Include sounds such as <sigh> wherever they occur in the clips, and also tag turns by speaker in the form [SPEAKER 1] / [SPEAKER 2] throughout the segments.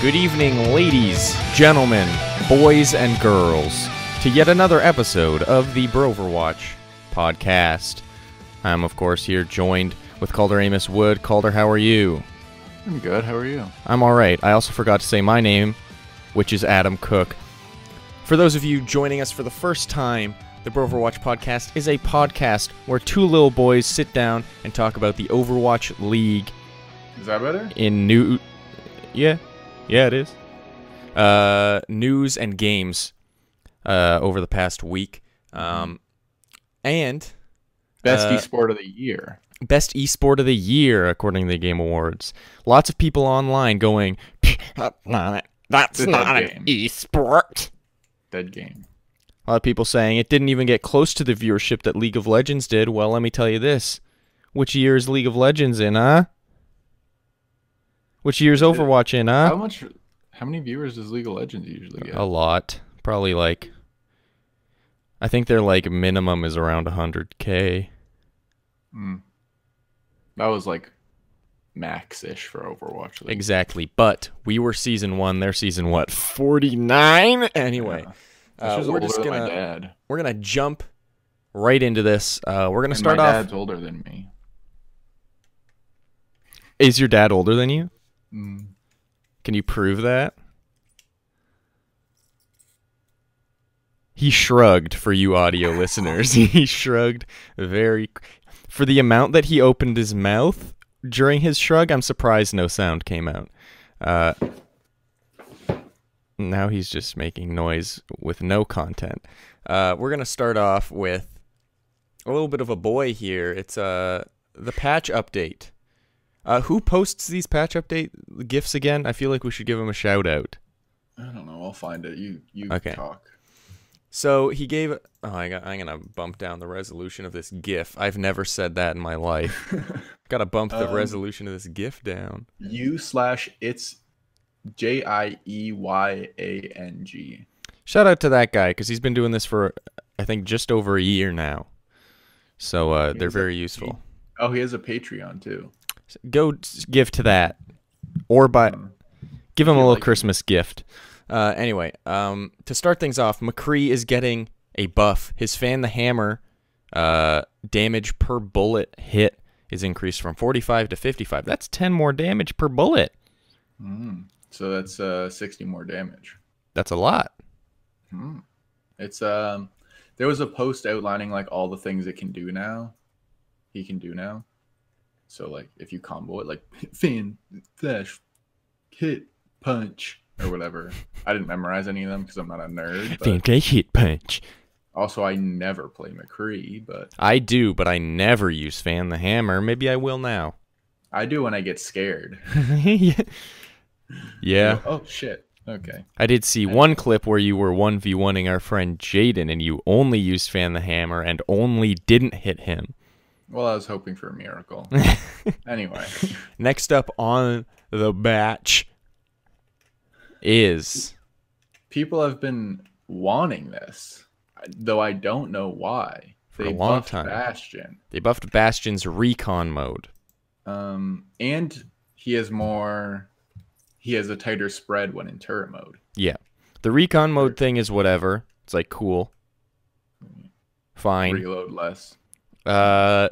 [SPEAKER 1] Good evening, ladies, gentlemen, boys, and girls, to yet another episode of the Broverwatch podcast. I'm, of course, here joined with Calder Amos Wood. Calder, how are you?
[SPEAKER 2] I'm good. How are you?
[SPEAKER 1] I'm all right. I also forgot to say my name, which is Adam Cook. For those of you joining us for the first time, the Broverwatch podcast is a podcast where two little boys sit down and talk about the Overwatch League
[SPEAKER 2] Is that better?
[SPEAKER 1] in new yeah yeah it is uh news and games uh over the past week um and
[SPEAKER 2] Best
[SPEAKER 1] Uh,
[SPEAKER 2] esport of the year.
[SPEAKER 1] best esport of the year according to the game awards lots of people online going <laughs> that's not it that's
[SPEAKER 2] It's a
[SPEAKER 1] not
[SPEAKER 2] game."
[SPEAKER 1] an esport
[SPEAKER 2] Dead game.
[SPEAKER 1] a lot of people saying it didn't even get close to the viewership that league of legends did well let me tell you this which year is league of legends in huh which year's overwatch in huh Oh.
[SPEAKER 2] How much? How many viewers does League of Legends usually get?
[SPEAKER 1] a lot probably like i think their like minimum is around 100k
[SPEAKER 2] Hmm. That was like max ish for Overwatch. League.
[SPEAKER 1] exactly but we were season one they're season what 49 anyway
[SPEAKER 2] This
[SPEAKER 1] uh,
[SPEAKER 2] was
[SPEAKER 1] we're
[SPEAKER 2] older
[SPEAKER 1] just
[SPEAKER 2] than my
[SPEAKER 1] gonna-
[SPEAKER 2] dad.
[SPEAKER 1] we're gonna jump right into this uh, we're gonna
[SPEAKER 2] And
[SPEAKER 1] start
[SPEAKER 2] my
[SPEAKER 1] off
[SPEAKER 2] dad's older than me.
[SPEAKER 1] is your dad older than you
[SPEAKER 2] Mm.
[SPEAKER 1] can you prove that he shrugged for you audio <laughs> listeners he shrugged very for the amount that he opened his mouth during his shrug i'm surprised no sound came out uh, now he's just making noise with no content uh, we're gonna start off with a little bit of a boy here it's uh, the patch update uh, who posts these patch update gifs again i feel like we should give him a shout out
[SPEAKER 2] I don't know. I'll find it. You you
[SPEAKER 1] Okay.
[SPEAKER 2] talk.
[SPEAKER 1] So he gave. Oh, I got, I'm gonna bump down the resolution of this GIF. I've never said that in my <laughs> life. Gotta bump the
[SPEAKER 2] Um,
[SPEAKER 1] resolution of this GIF down.
[SPEAKER 2] You slash it's J I E Y A N G.
[SPEAKER 1] Shout out to that guy because he's been doing this for I think just over a year now. So uh, they're
[SPEAKER 2] He's a-
[SPEAKER 1] very useful.
[SPEAKER 2] Oh, he has a Patreon too.
[SPEAKER 1] Go s- give to that, or buy. Give him a
[SPEAKER 2] Hmm. feel
[SPEAKER 1] little
[SPEAKER 2] like-
[SPEAKER 1] Christmas gift. Uh, anyway, um, to start things off, McCree is getting a buff. His fan the hammer uh, damage per bullet hit is increased from 45 to 55. That's 10 more damage per bullet.
[SPEAKER 2] Mm. So that's uh, 60 more damage.
[SPEAKER 1] That's a lot.
[SPEAKER 2] It's um there was a post outlining like all the things it can do now. He can do now. So like if you combo it like <laughs> fin, flash, hit, punch, or whatever. I didn't memorize any of them because I'm not a nerd. But
[SPEAKER 1] Fantastic hit punch.
[SPEAKER 2] also I never play McCree, but
[SPEAKER 1] I do, but I never use fan the hammer. Maybe I will now. <laughs>
[SPEAKER 2] I do when I get scared.
[SPEAKER 1] yeah. yeah.
[SPEAKER 2] Oh shit. Okay.
[SPEAKER 1] I did see one clip where you were 1v1ing our friend Jaden and you only used Fan the Hammer and only didn't hit him.
[SPEAKER 2] Well I was hoping for a miracle. anyway.
[SPEAKER 1] Next up on the batch is
[SPEAKER 2] people have been wanting this, though I don't know why.
[SPEAKER 1] For a long
[SPEAKER 2] buffed
[SPEAKER 1] time.
[SPEAKER 2] Bastion,
[SPEAKER 1] they buffed Bastion's recon mode.
[SPEAKER 2] um, and he has more. He has a tighter spread when in turret mode.
[SPEAKER 1] Yeah. The recon mode thing is whatever. It's like cool. Fine.
[SPEAKER 2] Reload less.
[SPEAKER 1] Uh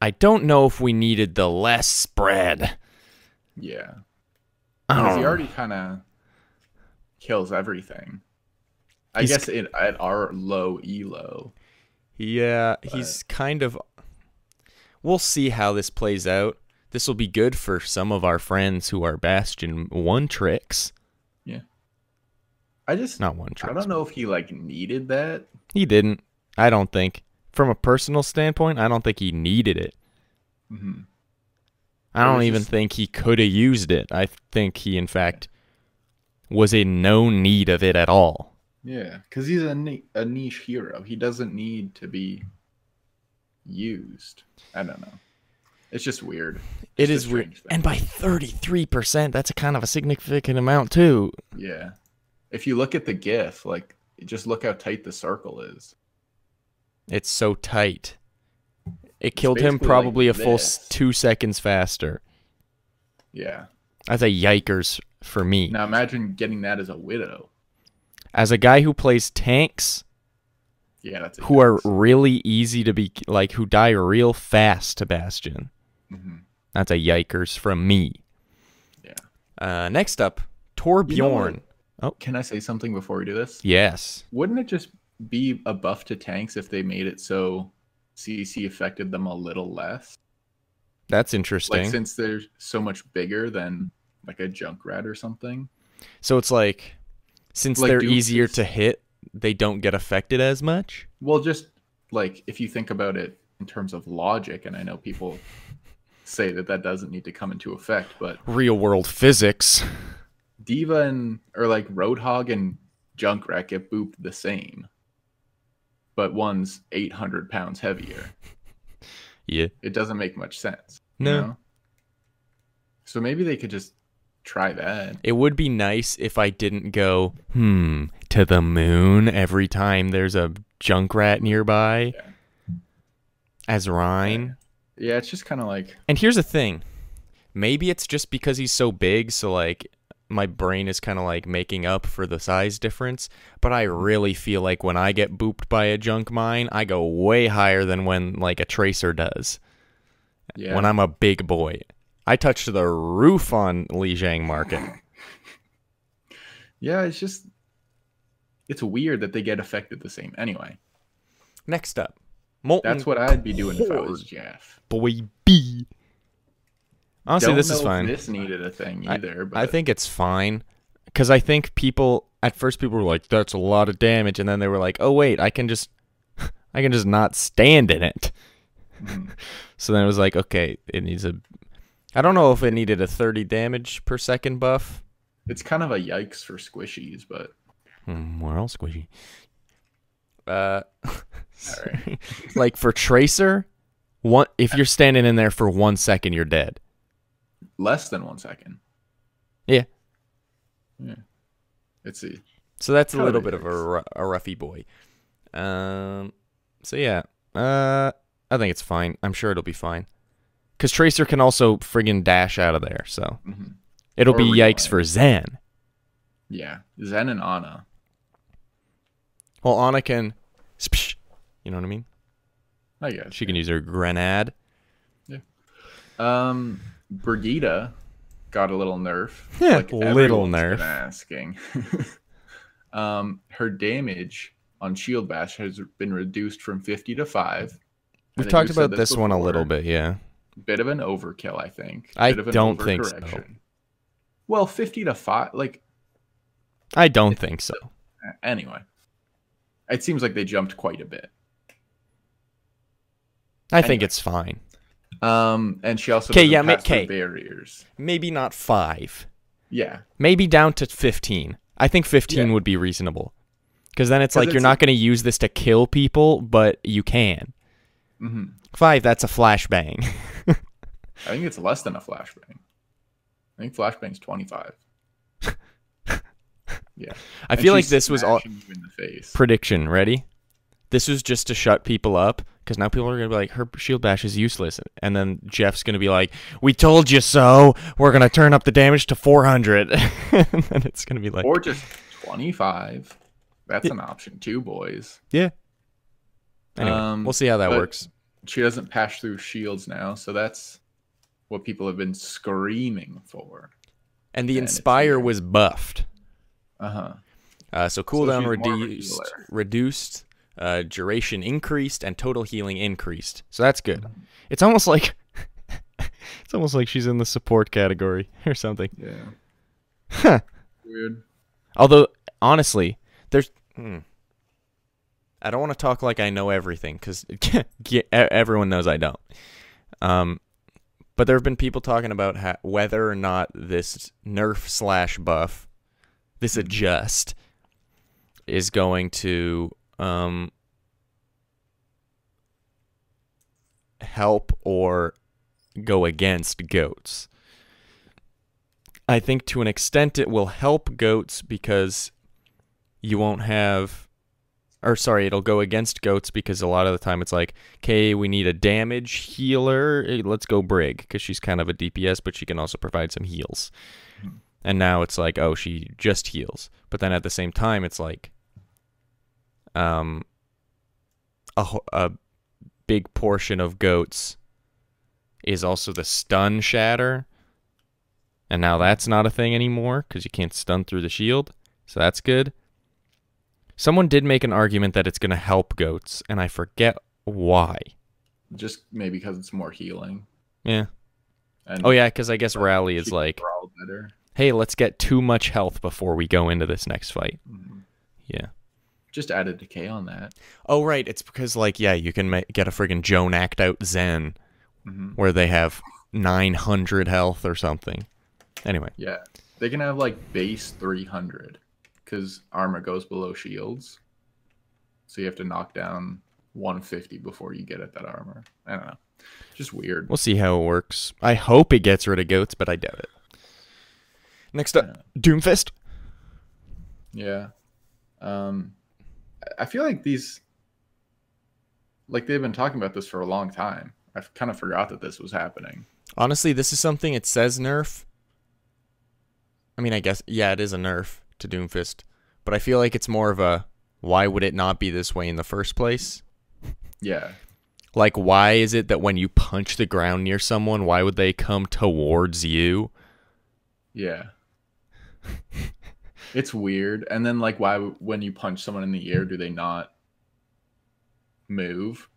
[SPEAKER 1] I don't know if we needed the less spread.
[SPEAKER 2] Yeah,
[SPEAKER 1] I
[SPEAKER 2] because
[SPEAKER 1] don't
[SPEAKER 2] he
[SPEAKER 1] know.
[SPEAKER 2] already kind of kills everything. I
[SPEAKER 1] He's-
[SPEAKER 2] guess it, at our low elo.
[SPEAKER 1] Yeah, he's kind of. We'll see how this plays out. This will be good for some of our friends who are Bastion one tricks.
[SPEAKER 2] I just
[SPEAKER 1] Not one
[SPEAKER 2] I
[SPEAKER 1] tricks.
[SPEAKER 2] don't know if he like needed that.
[SPEAKER 1] He didn't. I don't think. From a personal standpoint, I don't think he needed it.
[SPEAKER 2] Mhm.
[SPEAKER 1] I
[SPEAKER 2] It
[SPEAKER 1] don't
[SPEAKER 2] was
[SPEAKER 1] even
[SPEAKER 2] just-
[SPEAKER 1] think he could have used it. I think he, in fact, was in no need of it at all.
[SPEAKER 2] Yeah, because he's a, ni- a niche hero. He doesn't need to be used. I don't know. It's just weird.
[SPEAKER 1] It
[SPEAKER 2] It's
[SPEAKER 1] is
[SPEAKER 2] a
[SPEAKER 1] weird.
[SPEAKER 2] strange thing.
[SPEAKER 1] And by 33%, that's a kind of a significant amount, too.
[SPEAKER 2] Yeah. If you look at the GIF, like, just look how tight the circle is.
[SPEAKER 1] It's so tight. It killed him
[SPEAKER 2] basically
[SPEAKER 1] probably
[SPEAKER 2] like
[SPEAKER 1] a full s-
[SPEAKER 2] this.
[SPEAKER 1] two seconds faster.
[SPEAKER 2] Yeah.
[SPEAKER 1] That's a yikers for me.
[SPEAKER 2] Now imagine getting that as a widow.
[SPEAKER 1] As a guy who plays tanks
[SPEAKER 2] Yeah, that's
[SPEAKER 1] who are really easy to be like who die real fast to Bastion.
[SPEAKER 2] Mhm.
[SPEAKER 1] That's a yikers from me.
[SPEAKER 2] Yeah.
[SPEAKER 1] Uh, next up, Torbjorn.
[SPEAKER 2] You know what? Can I say something before we do this?
[SPEAKER 1] yes.
[SPEAKER 2] Wouldn't it just be a buff to tanks if they made it so CC affected them a little less?
[SPEAKER 1] That's interesting.
[SPEAKER 2] Like since they're so much bigger than like a junk rat or something.
[SPEAKER 1] so it's like since
[SPEAKER 2] Like
[SPEAKER 1] they're
[SPEAKER 2] Doom
[SPEAKER 1] easier
[SPEAKER 2] is-
[SPEAKER 1] to hit, they don't get affected as much.
[SPEAKER 2] Well, just like if you think about it in terms of logic, and I know people say that that doesn't need to come into effect, but
[SPEAKER 1] Real world physics. <laughs>
[SPEAKER 2] Diva and or like Roadhog and Junkrat get booped the same, but one's 800 pounds heavier.
[SPEAKER 1] Yeah.
[SPEAKER 2] It doesn't make much sense. you
[SPEAKER 1] No.
[SPEAKER 2] know? So maybe they could just try that.
[SPEAKER 1] It would be nice if I didn't go, hmm, to the moon every time there's a junk rat nearby.
[SPEAKER 2] Yeah.
[SPEAKER 1] As Rhine.
[SPEAKER 2] Yeah, it's just kind of like
[SPEAKER 1] And here's the thing. Maybe it's just because he's so big, so like my brain is kind of like making up for the size difference, but I
[SPEAKER 2] Mm-hmm.
[SPEAKER 1] really feel like when I get booped by a junk mine, I go way higher than when like a tracer does.
[SPEAKER 2] yeah.
[SPEAKER 1] When I'm a big boy, I touched the roof on Lijiang Market.
[SPEAKER 2] yeah, it's just it's weird that they get affected the same. Anyway,
[SPEAKER 1] Next up, Molten
[SPEAKER 2] that's what I'd be doing if I was Jeff.
[SPEAKER 1] Boy B. Honestly,
[SPEAKER 2] Don't
[SPEAKER 1] this
[SPEAKER 2] know
[SPEAKER 1] is
[SPEAKER 2] if
[SPEAKER 1] fine.
[SPEAKER 2] This needed a thing
[SPEAKER 1] I-
[SPEAKER 2] either, but
[SPEAKER 1] I think it's fine because I think people at first people were like, "That's a lot of damage," and then they were like, "Oh wait, I can just, <laughs> I can just not stand in it."
[SPEAKER 2] Mhm.
[SPEAKER 1] <laughs> So then it was like, okay, it needs a. I don't know if it needed a 30 damage per second buff.
[SPEAKER 2] it's kind of a yikes for squishies, but
[SPEAKER 1] Hmm, where else, squishy? <laughs> Uh,
[SPEAKER 2] right.
[SPEAKER 1] like for tracer, one if you're standing in there for one second, you're dead.
[SPEAKER 2] less than one second.
[SPEAKER 1] Yeah.
[SPEAKER 2] Yeah. Let's see.
[SPEAKER 1] So that's a
[SPEAKER 2] Kinda
[SPEAKER 1] little bit of a,
[SPEAKER 2] yikes.
[SPEAKER 1] ru- a roughy boy. Um. So yeah. Uh. I think it's fine. I'm sure it'll be fine. Cause Tracer can also friggin' dash out of there, so
[SPEAKER 2] Mhm.
[SPEAKER 1] it'll
[SPEAKER 2] Or
[SPEAKER 1] be yikes
[SPEAKER 2] rewind.
[SPEAKER 1] for Zan.
[SPEAKER 2] Yeah. Zen and Ana.
[SPEAKER 1] Well, Ana can, spsh, you know what I mean.
[SPEAKER 2] I guess.
[SPEAKER 1] She can use her grenade.
[SPEAKER 2] Um, Brigida got a little nerf.
[SPEAKER 1] <laughs> Yeah, little
[SPEAKER 2] everyone's
[SPEAKER 1] nerf.
[SPEAKER 2] been Asking. <laughs> um, her damage on Shield Bash has been reduced from 50 to 5. I
[SPEAKER 1] We've
[SPEAKER 2] think
[SPEAKER 1] talked
[SPEAKER 2] said
[SPEAKER 1] about this, one a little
[SPEAKER 2] before.
[SPEAKER 1] bit, yeah.
[SPEAKER 2] Bit of an overkill, I think.
[SPEAKER 1] I
[SPEAKER 2] Bit of an
[SPEAKER 1] don't think so.
[SPEAKER 2] overcorrection. Well, 50 to 5, like,
[SPEAKER 1] I don't think so.
[SPEAKER 2] a- anyway. It seems like they jumped quite a bit.
[SPEAKER 1] I think
[SPEAKER 2] Anyway.
[SPEAKER 1] it's fine.
[SPEAKER 2] Um, and she also
[SPEAKER 1] 'Kay,
[SPEAKER 2] doesn't
[SPEAKER 1] yeah, ma-
[SPEAKER 2] pass through
[SPEAKER 1] 'kay.
[SPEAKER 2] barriers.
[SPEAKER 1] Maybe not five.
[SPEAKER 2] Yeah,
[SPEAKER 1] Maybe down to fifteen. I think fifteen
[SPEAKER 2] Yeah.
[SPEAKER 1] would be reasonable. Cause then it's
[SPEAKER 2] 'Cause
[SPEAKER 1] like you're
[SPEAKER 2] it's
[SPEAKER 1] not gonna use this to kill people, but you can.
[SPEAKER 2] hmm
[SPEAKER 1] Five, that's a flashbang. <laughs>
[SPEAKER 2] I think it's less than a flashbang. I think flashbang's
[SPEAKER 1] <laughs>
[SPEAKER 2] twenty five. yeah,
[SPEAKER 1] I feel like this was all
[SPEAKER 2] you in the face.
[SPEAKER 1] prediction. Ready? This was just to shut people up because now people are gonna be like, her shield bash is useless, and then Jeff's gonna be like, "We told you so. We're gonna turn up the damage to 400," <laughs> and then it's gonna be like,
[SPEAKER 2] or just twenty five. That's an option too, boys.
[SPEAKER 1] "Yeah." Anyway,
[SPEAKER 2] Um,
[SPEAKER 1] we'll see how that
[SPEAKER 2] but-
[SPEAKER 1] works.
[SPEAKER 2] She doesn't pass through shields now, so that's what people have been screaming for.
[SPEAKER 1] And the
[SPEAKER 2] and it's
[SPEAKER 1] inspire
[SPEAKER 2] weird.
[SPEAKER 1] was buffed,
[SPEAKER 2] Uh huh.
[SPEAKER 1] uh, so
[SPEAKER 2] she's
[SPEAKER 1] cooldown
[SPEAKER 2] more of a
[SPEAKER 1] reduced,
[SPEAKER 2] healer.
[SPEAKER 1] reduced, uh, duration increased, and total healing increased. So that's good.
[SPEAKER 2] Mm-hmm.
[SPEAKER 1] It's almost like <laughs> it's almost like she's in the support category <laughs> or something.
[SPEAKER 2] Yeah.
[SPEAKER 1] Huh.
[SPEAKER 2] Weird.
[SPEAKER 1] Although honestly, there's hmm. I don't want to talk like I know everything cuz <laughs> everyone knows I don't. Um but there have been people talking about ha- whether or not this nerf slash buff, this adjust, is going to um, help or go against goats. I think to an extent it will help goats because you won't have or sorry, it'll go against goats because a lot of the time it's like, okay, we need a damage healer. eh, Let's go Brig because she's kind of a DPS, but she can also provide some heals. and now it's like oh she just heals but then at the same time it's like um a, ho- a big portion of goats is also the stun shatter and now that's not a thing anymore because you can't stun through the shield so that's good someone did make an argument that it's going to help goats and i forget why
[SPEAKER 2] Just maybe because it's more healing.
[SPEAKER 1] yeah
[SPEAKER 2] And
[SPEAKER 1] oh yeah because i guess rally is
[SPEAKER 2] keep
[SPEAKER 1] like
[SPEAKER 2] morale better.
[SPEAKER 1] hey let's get too much health before we go into this next fight
[SPEAKER 2] Mhm.
[SPEAKER 1] yeah
[SPEAKER 2] Just add a decay on that.
[SPEAKER 1] Oh right, it's because like yeah, you can ma- get a friggin' Joan act out Zen
[SPEAKER 2] hmm
[SPEAKER 1] where they have 900 health or something. Anyway,
[SPEAKER 2] Yeah, they can have like base three hundred because armor goes below shields, so you have to knock down one fifty before you get at that armor. I don't know, just weird.
[SPEAKER 1] we'll see how it works. I hope it gets rid of goats, but I doubt it. Next up, Doomfist.
[SPEAKER 2] Yeah. Um I- I feel like these like they've been talking about this for a long time. I kind of forgot that this was happening.
[SPEAKER 1] Honestly, this is something it says nerf. I mean, I guess yeah, it is a nerf to Doomfist, but I feel like it's more of a why would it not be this way in the first place?
[SPEAKER 2] Yeah.
[SPEAKER 1] Like, why is it that when you punch the ground near someone, why would they come towards you? <laughs>
[SPEAKER 2] Yeah. it's weird. And then like why w- when you punch someone in the ear do they not move?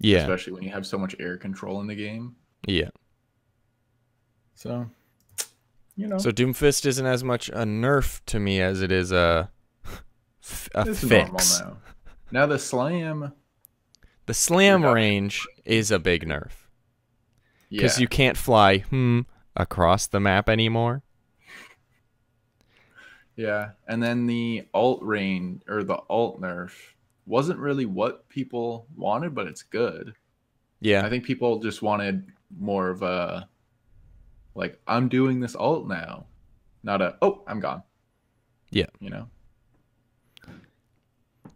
[SPEAKER 1] Yeah.
[SPEAKER 2] Especially when you have so much air control in the game.
[SPEAKER 1] Yeah.
[SPEAKER 2] So, you know,
[SPEAKER 1] So Doomfist isn't as much a nerf to me as it is a <laughs> f- a
[SPEAKER 2] it's normal
[SPEAKER 1] fix.
[SPEAKER 2] now. Now the slam,
[SPEAKER 1] The slam
[SPEAKER 2] Reduction.
[SPEAKER 1] range is a big nerf
[SPEAKER 2] yeah,
[SPEAKER 1] because you can't fly hmm across the map anymore.
[SPEAKER 2] Yeah, and then the alt rain or the alt nerf wasn't really what people wanted, but it's good. I
[SPEAKER 1] Yeah.
[SPEAKER 2] think people just wanted more of a like I'm doing this alt now, not a oh I'm gone.
[SPEAKER 1] Yeah.
[SPEAKER 2] you know,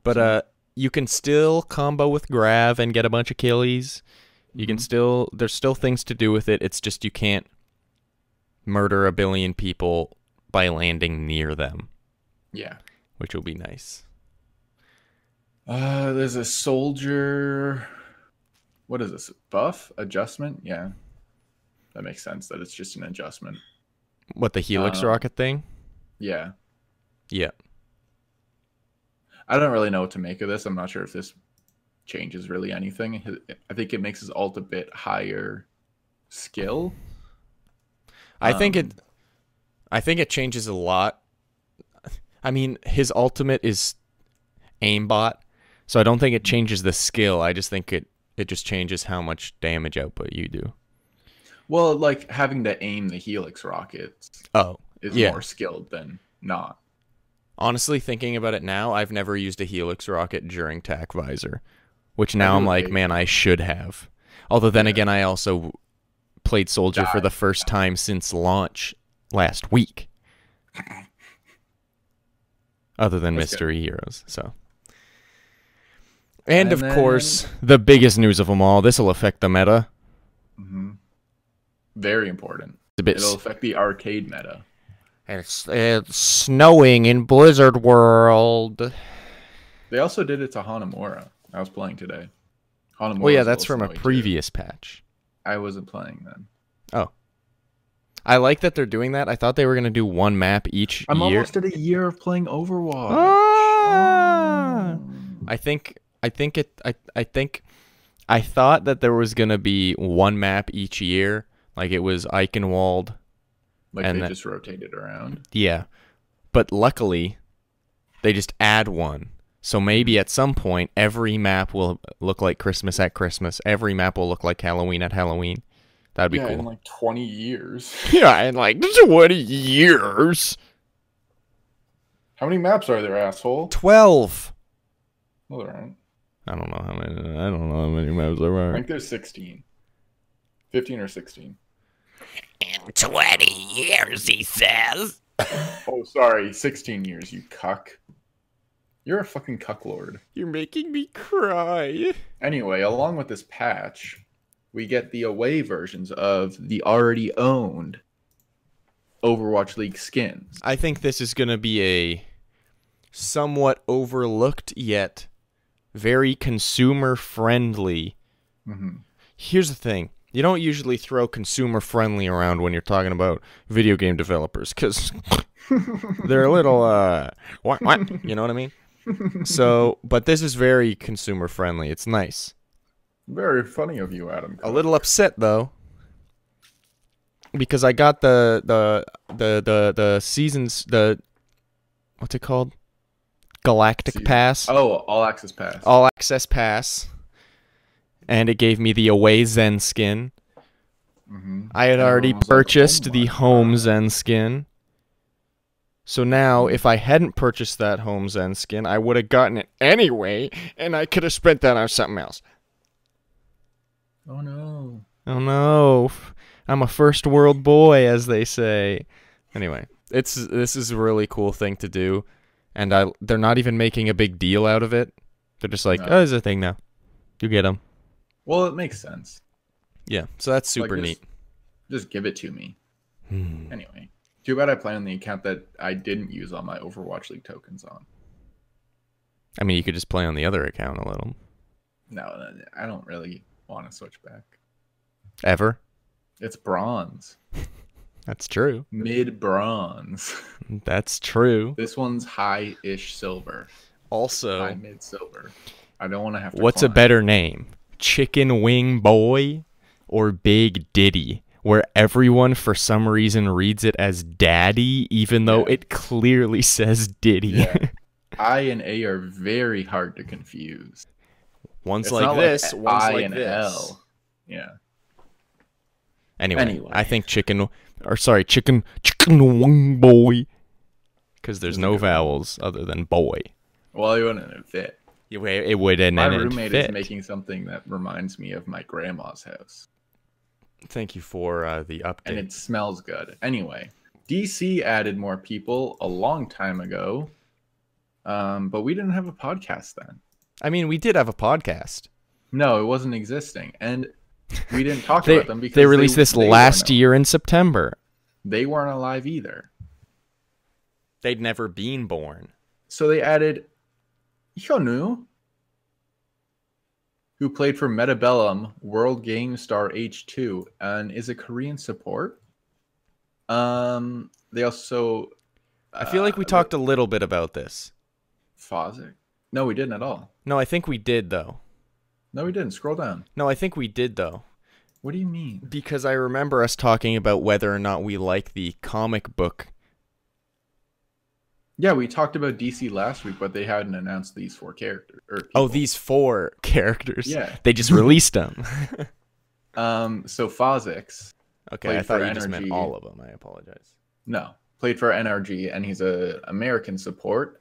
[SPEAKER 1] But uh you can still combo with grav and get a bunch of killies. You
[SPEAKER 2] Mm-hmm.
[SPEAKER 1] can still there's still things to do with it. It's just you can't murder a billion people by landing near them,
[SPEAKER 2] yeah.
[SPEAKER 1] which will be nice.
[SPEAKER 2] Uh, there's a soldier. What is this buff adjustment? Yeah, that makes sense. That it's just an adjustment.
[SPEAKER 1] What the helix
[SPEAKER 2] Uh,
[SPEAKER 1] rocket thing?
[SPEAKER 2] Yeah,
[SPEAKER 1] Yeah.
[SPEAKER 2] I don't really know what to make of this. I'm not sure if this changes really anything. Hi- I think it makes his alt a bit higher skill.
[SPEAKER 1] I think it
[SPEAKER 2] Um,
[SPEAKER 1] I think it changes a lot. I mean, his ultimate is aimbot, so I don't think it changes the skill. I just think it it just changes how much damage output you do.
[SPEAKER 2] Well, like having to aim the helix rockets
[SPEAKER 1] Oh,
[SPEAKER 2] is
[SPEAKER 1] Yeah.
[SPEAKER 2] more skilled than not.
[SPEAKER 1] honestly, thinking about it now, I've never used a helix rocket during tac visor, which now I'm like,
[SPEAKER 2] Really?
[SPEAKER 1] man, I should have. Although then again, I also played soldier for
[SPEAKER 2] Died.
[SPEAKER 1] the first time since launch last week. Other than
[SPEAKER 2] That's good.
[SPEAKER 1] Mystery Heroes, so. And,
[SPEAKER 2] And
[SPEAKER 1] of course, the biggest news of them all. This will affect the meta.
[SPEAKER 2] hmm Very important.
[SPEAKER 1] It's a bit
[SPEAKER 2] It'll affect the arcade meta.
[SPEAKER 1] it's, it's snowing in Blizzard World.
[SPEAKER 2] They also did it to Hanamura. I was playing today. Hanamura.
[SPEAKER 1] Well, yeah, that's from a previous patch.
[SPEAKER 2] I wasn't playing then.
[SPEAKER 1] Oh. I like that they're doing that. I thought they were gonna do one map each
[SPEAKER 2] I'm
[SPEAKER 1] year.
[SPEAKER 2] almost at a year of playing Overwatch.
[SPEAKER 1] Ah!
[SPEAKER 2] Oh.
[SPEAKER 1] I think I think it I, I think I thought that there was gonna be one map each year. Like it was Eichenwald.
[SPEAKER 2] Like
[SPEAKER 1] And
[SPEAKER 2] they
[SPEAKER 1] that-
[SPEAKER 2] just rotated around.
[SPEAKER 1] Yeah. But luckily they just add one. So maybe at some point every map will look like Christmas at Christmas. Every map will look like Halloween at Halloween. That'd be
[SPEAKER 2] yeah,
[SPEAKER 1] cool.
[SPEAKER 2] in like 20 years.
[SPEAKER 1] <laughs> yeah, and like twenty years.
[SPEAKER 2] How many maps are there, asshole?
[SPEAKER 1] Twelve.
[SPEAKER 2] No, there aren't.
[SPEAKER 1] I don't know how many I don't know how many maps there
[SPEAKER 2] I
[SPEAKER 1] are.
[SPEAKER 2] think there's 16. 15 or 16.
[SPEAKER 3] In 20 years, he says.
[SPEAKER 2] Oh, sorry, 16 years, you cuck. You're a fucking cuck lord.
[SPEAKER 1] You're making me cry.
[SPEAKER 2] Anyway, along with this patch, we get the away versions of the already owned Overwatch League skins.
[SPEAKER 1] I think this is going to be a somewhat overlooked yet very consumer friendly.
[SPEAKER 2] hmm
[SPEAKER 1] Here's the thing you don't usually throw consumer friendly around when you're talking about video game developers because <laughs> they're a little, uh, what, what? You know what I mean? So, but this is very consumer friendly. It's nice.
[SPEAKER 2] Very funny of you, Adam.
[SPEAKER 1] A little upset though, because I got the the the the the seasons the what's it called? Galactic
[SPEAKER 2] Season-
[SPEAKER 1] Pass,
[SPEAKER 2] Oh, all access pass.
[SPEAKER 1] All Access Pass, and it gave me the Away Zen skin.
[SPEAKER 2] hmm
[SPEAKER 1] I had already
[SPEAKER 2] Everyone was like, "Oh
[SPEAKER 1] purchased the
[SPEAKER 2] my
[SPEAKER 1] Home
[SPEAKER 2] God."
[SPEAKER 1] Zen skin. So now, if I hadn't purchased that Home Zen skin, I would have gotten it anyway, and I could have spent that on something else.
[SPEAKER 2] Oh no.
[SPEAKER 1] Oh no, I'm a first world boy, as they say. Anyway, it's this is a really cool thing to do, and I they're not even making a big deal out of it. They're just like,
[SPEAKER 2] No.
[SPEAKER 1] oh, it's a thing now. You get them.
[SPEAKER 2] Well, it makes sense.
[SPEAKER 1] Yeah, so that's
[SPEAKER 2] Like,
[SPEAKER 1] super
[SPEAKER 2] just-
[SPEAKER 1] neat.
[SPEAKER 2] Just give it to me.
[SPEAKER 1] Hmm.
[SPEAKER 2] Anyway, too bad I play on the account that I didn't use all my Overwatch League tokens on.
[SPEAKER 1] I mean, you could just play on the other account a little.
[SPEAKER 2] No, I don't really want to switch back.
[SPEAKER 1] Ever?
[SPEAKER 2] It's bronze,
[SPEAKER 1] That's true.
[SPEAKER 2] mid bronze. <laughs>
[SPEAKER 1] That's true.
[SPEAKER 2] this one's high ish silver, high
[SPEAKER 1] Also,
[SPEAKER 2] mid silver. I don't want to have to.
[SPEAKER 1] Oh. what's a
[SPEAKER 2] climb.
[SPEAKER 1] better name, Chicken Wing Boy or Big Diddy? Where everyone, for some reason, reads it as Daddy, even though
[SPEAKER 2] Yeah.
[SPEAKER 1] it clearly says Diddy.
[SPEAKER 2] Yeah.
[SPEAKER 1] <laughs>
[SPEAKER 2] I and A are very hard to confuse.
[SPEAKER 1] one's
[SPEAKER 2] not
[SPEAKER 1] like this, one's
[SPEAKER 2] I
[SPEAKER 1] like
[SPEAKER 2] and
[SPEAKER 1] this.
[SPEAKER 2] L. Yeah.
[SPEAKER 1] Anyway,
[SPEAKER 2] Anyway.
[SPEAKER 1] I think chicken, or sorry, chicken, chicken wing boy, because there's
[SPEAKER 2] That's a
[SPEAKER 1] no
[SPEAKER 2] good one.
[SPEAKER 1] vowels other than boy.
[SPEAKER 2] Well, you wouldn't fit.
[SPEAKER 1] It, wa- it would and
[SPEAKER 2] My
[SPEAKER 1] and it'd
[SPEAKER 2] roommate
[SPEAKER 1] fit.
[SPEAKER 2] is making something that reminds me of my grandma's house,
[SPEAKER 1] Thank you for uh, the
[SPEAKER 2] and
[SPEAKER 1] update.
[SPEAKER 2] it smells good. Anyway, DC added more people a long time ago, um, but we didn't have a podcast then.
[SPEAKER 1] I mean, we did have a podcast.
[SPEAKER 2] No, it wasn't existing, and we
[SPEAKER 1] <laughs>
[SPEAKER 2] didn't talk
[SPEAKER 1] They,
[SPEAKER 2] about them because
[SPEAKER 1] they released this
[SPEAKER 2] they
[SPEAKER 1] last
[SPEAKER 2] weren't-
[SPEAKER 1] year in September.
[SPEAKER 2] They weren't alive either,
[SPEAKER 1] They'd never been born.
[SPEAKER 2] so they added Hyunwoo, who played for Metabellum World Game Star H two, and is a Korean support. Um, they also.
[SPEAKER 1] I feel like we
[SPEAKER 2] uh,
[SPEAKER 1] talked a little bit about this.
[SPEAKER 2] Fozzik. No, we didn't at all.
[SPEAKER 1] No, I think we did though.
[SPEAKER 2] No, we didn't. Scroll down.
[SPEAKER 1] No, I think we did though.
[SPEAKER 2] What do you mean?
[SPEAKER 1] Because I remember us talking about whether or not we like the comic book
[SPEAKER 2] Yeah, we talked about DC last week, but they hadn't announced these four characters. Or
[SPEAKER 1] Oh,
[SPEAKER 2] people.
[SPEAKER 1] these four <laughs> characters.
[SPEAKER 2] Yeah.
[SPEAKER 1] They just released
[SPEAKER 2] <laughs>
[SPEAKER 1] them.
[SPEAKER 2] Um, so Fozzix,
[SPEAKER 1] okay, I
[SPEAKER 2] Played
[SPEAKER 1] thought
[SPEAKER 2] for
[SPEAKER 1] you just meant
[SPEAKER 2] NRG.
[SPEAKER 1] all of them. I apologize.
[SPEAKER 2] no, played for NRG, and he's a American support.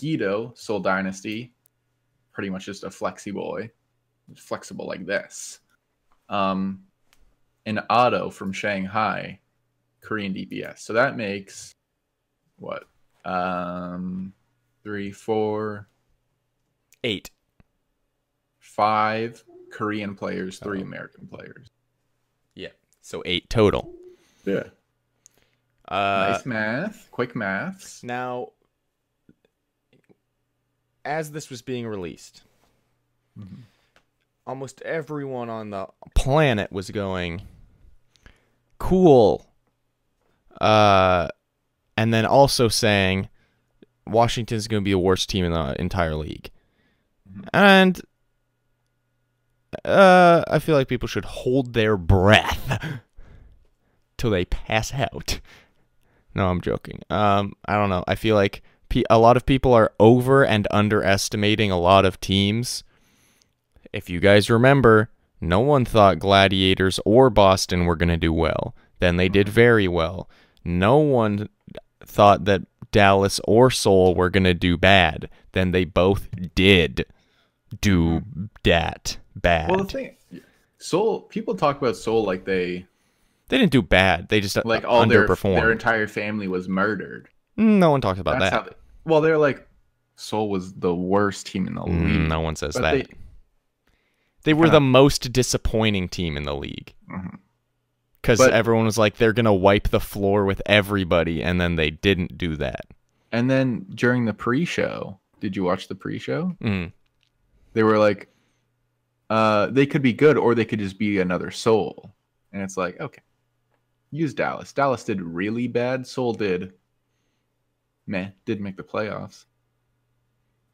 [SPEAKER 2] Guido, Soul Dynasty, pretty much just a flexi boy, flexible like this. Um, and Otto from Shanghai, Korean DPS. So that makes what? Um, three, four,
[SPEAKER 1] Eight.
[SPEAKER 2] five Korean players, three
[SPEAKER 1] Oh.
[SPEAKER 2] American players.
[SPEAKER 1] Yeah. So eight total.
[SPEAKER 2] Yeah.
[SPEAKER 1] Uh,
[SPEAKER 2] nice math, quick maths.
[SPEAKER 1] Now, as this was being released,
[SPEAKER 2] Mhm.
[SPEAKER 1] Mm-hmm. almost everyone on the planet was going, cool. Uh, and then also saying, Washington's going to be the worst team in the entire league. And uh, I feel like people should hold their breath <laughs> till they pass out. No, I'm joking. Um, I don't know. I feel like pe- a lot of people are over and underestimating a lot of teams. If you guys remember, no one thought Gladiators or Boston were going to do well. Then they
[SPEAKER 2] Mm-hmm.
[SPEAKER 1] did very well. No one thought that Dallas or Seoul were going to do bad. Then they both did do dat bad.
[SPEAKER 2] Mm-hmm. Well, the thing, Soul, people talk about Soul like they,
[SPEAKER 1] they didn't do bad. They just
[SPEAKER 2] like
[SPEAKER 1] like
[SPEAKER 2] all their,
[SPEAKER 1] underperformed.
[SPEAKER 2] their entire family was murdered.
[SPEAKER 1] no one talks about that.
[SPEAKER 2] That's how. They, well, they're like, Soul was the worst team in the
[SPEAKER 1] Mm,
[SPEAKER 2] league.
[SPEAKER 1] no one says
[SPEAKER 2] But
[SPEAKER 1] that.
[SPEAKER 2] they-
[SPEAKER 1] They, were
[SPEAKER 2] Kinda-
[SPEAKER 1] the most disappointing team in the league.
[SPEAKER 2] Mhm.
[SPEAKER 1] because
[SPEAKER 2] But-
[SPEAKER 1] everyone was like they're gonna wipe the floor with everybody, and then they didn't do that.
[SPEAKER 2] And then during the pre-show, did you watch the pre-show?
[SPEAKER 1] Mm.
[SPEAKER 2] They were like, uh, they could be good or they could just be another Soul. And it's like, okay, use Dallas. Dallas did really bad. Soul did, meh, did make the playoffs.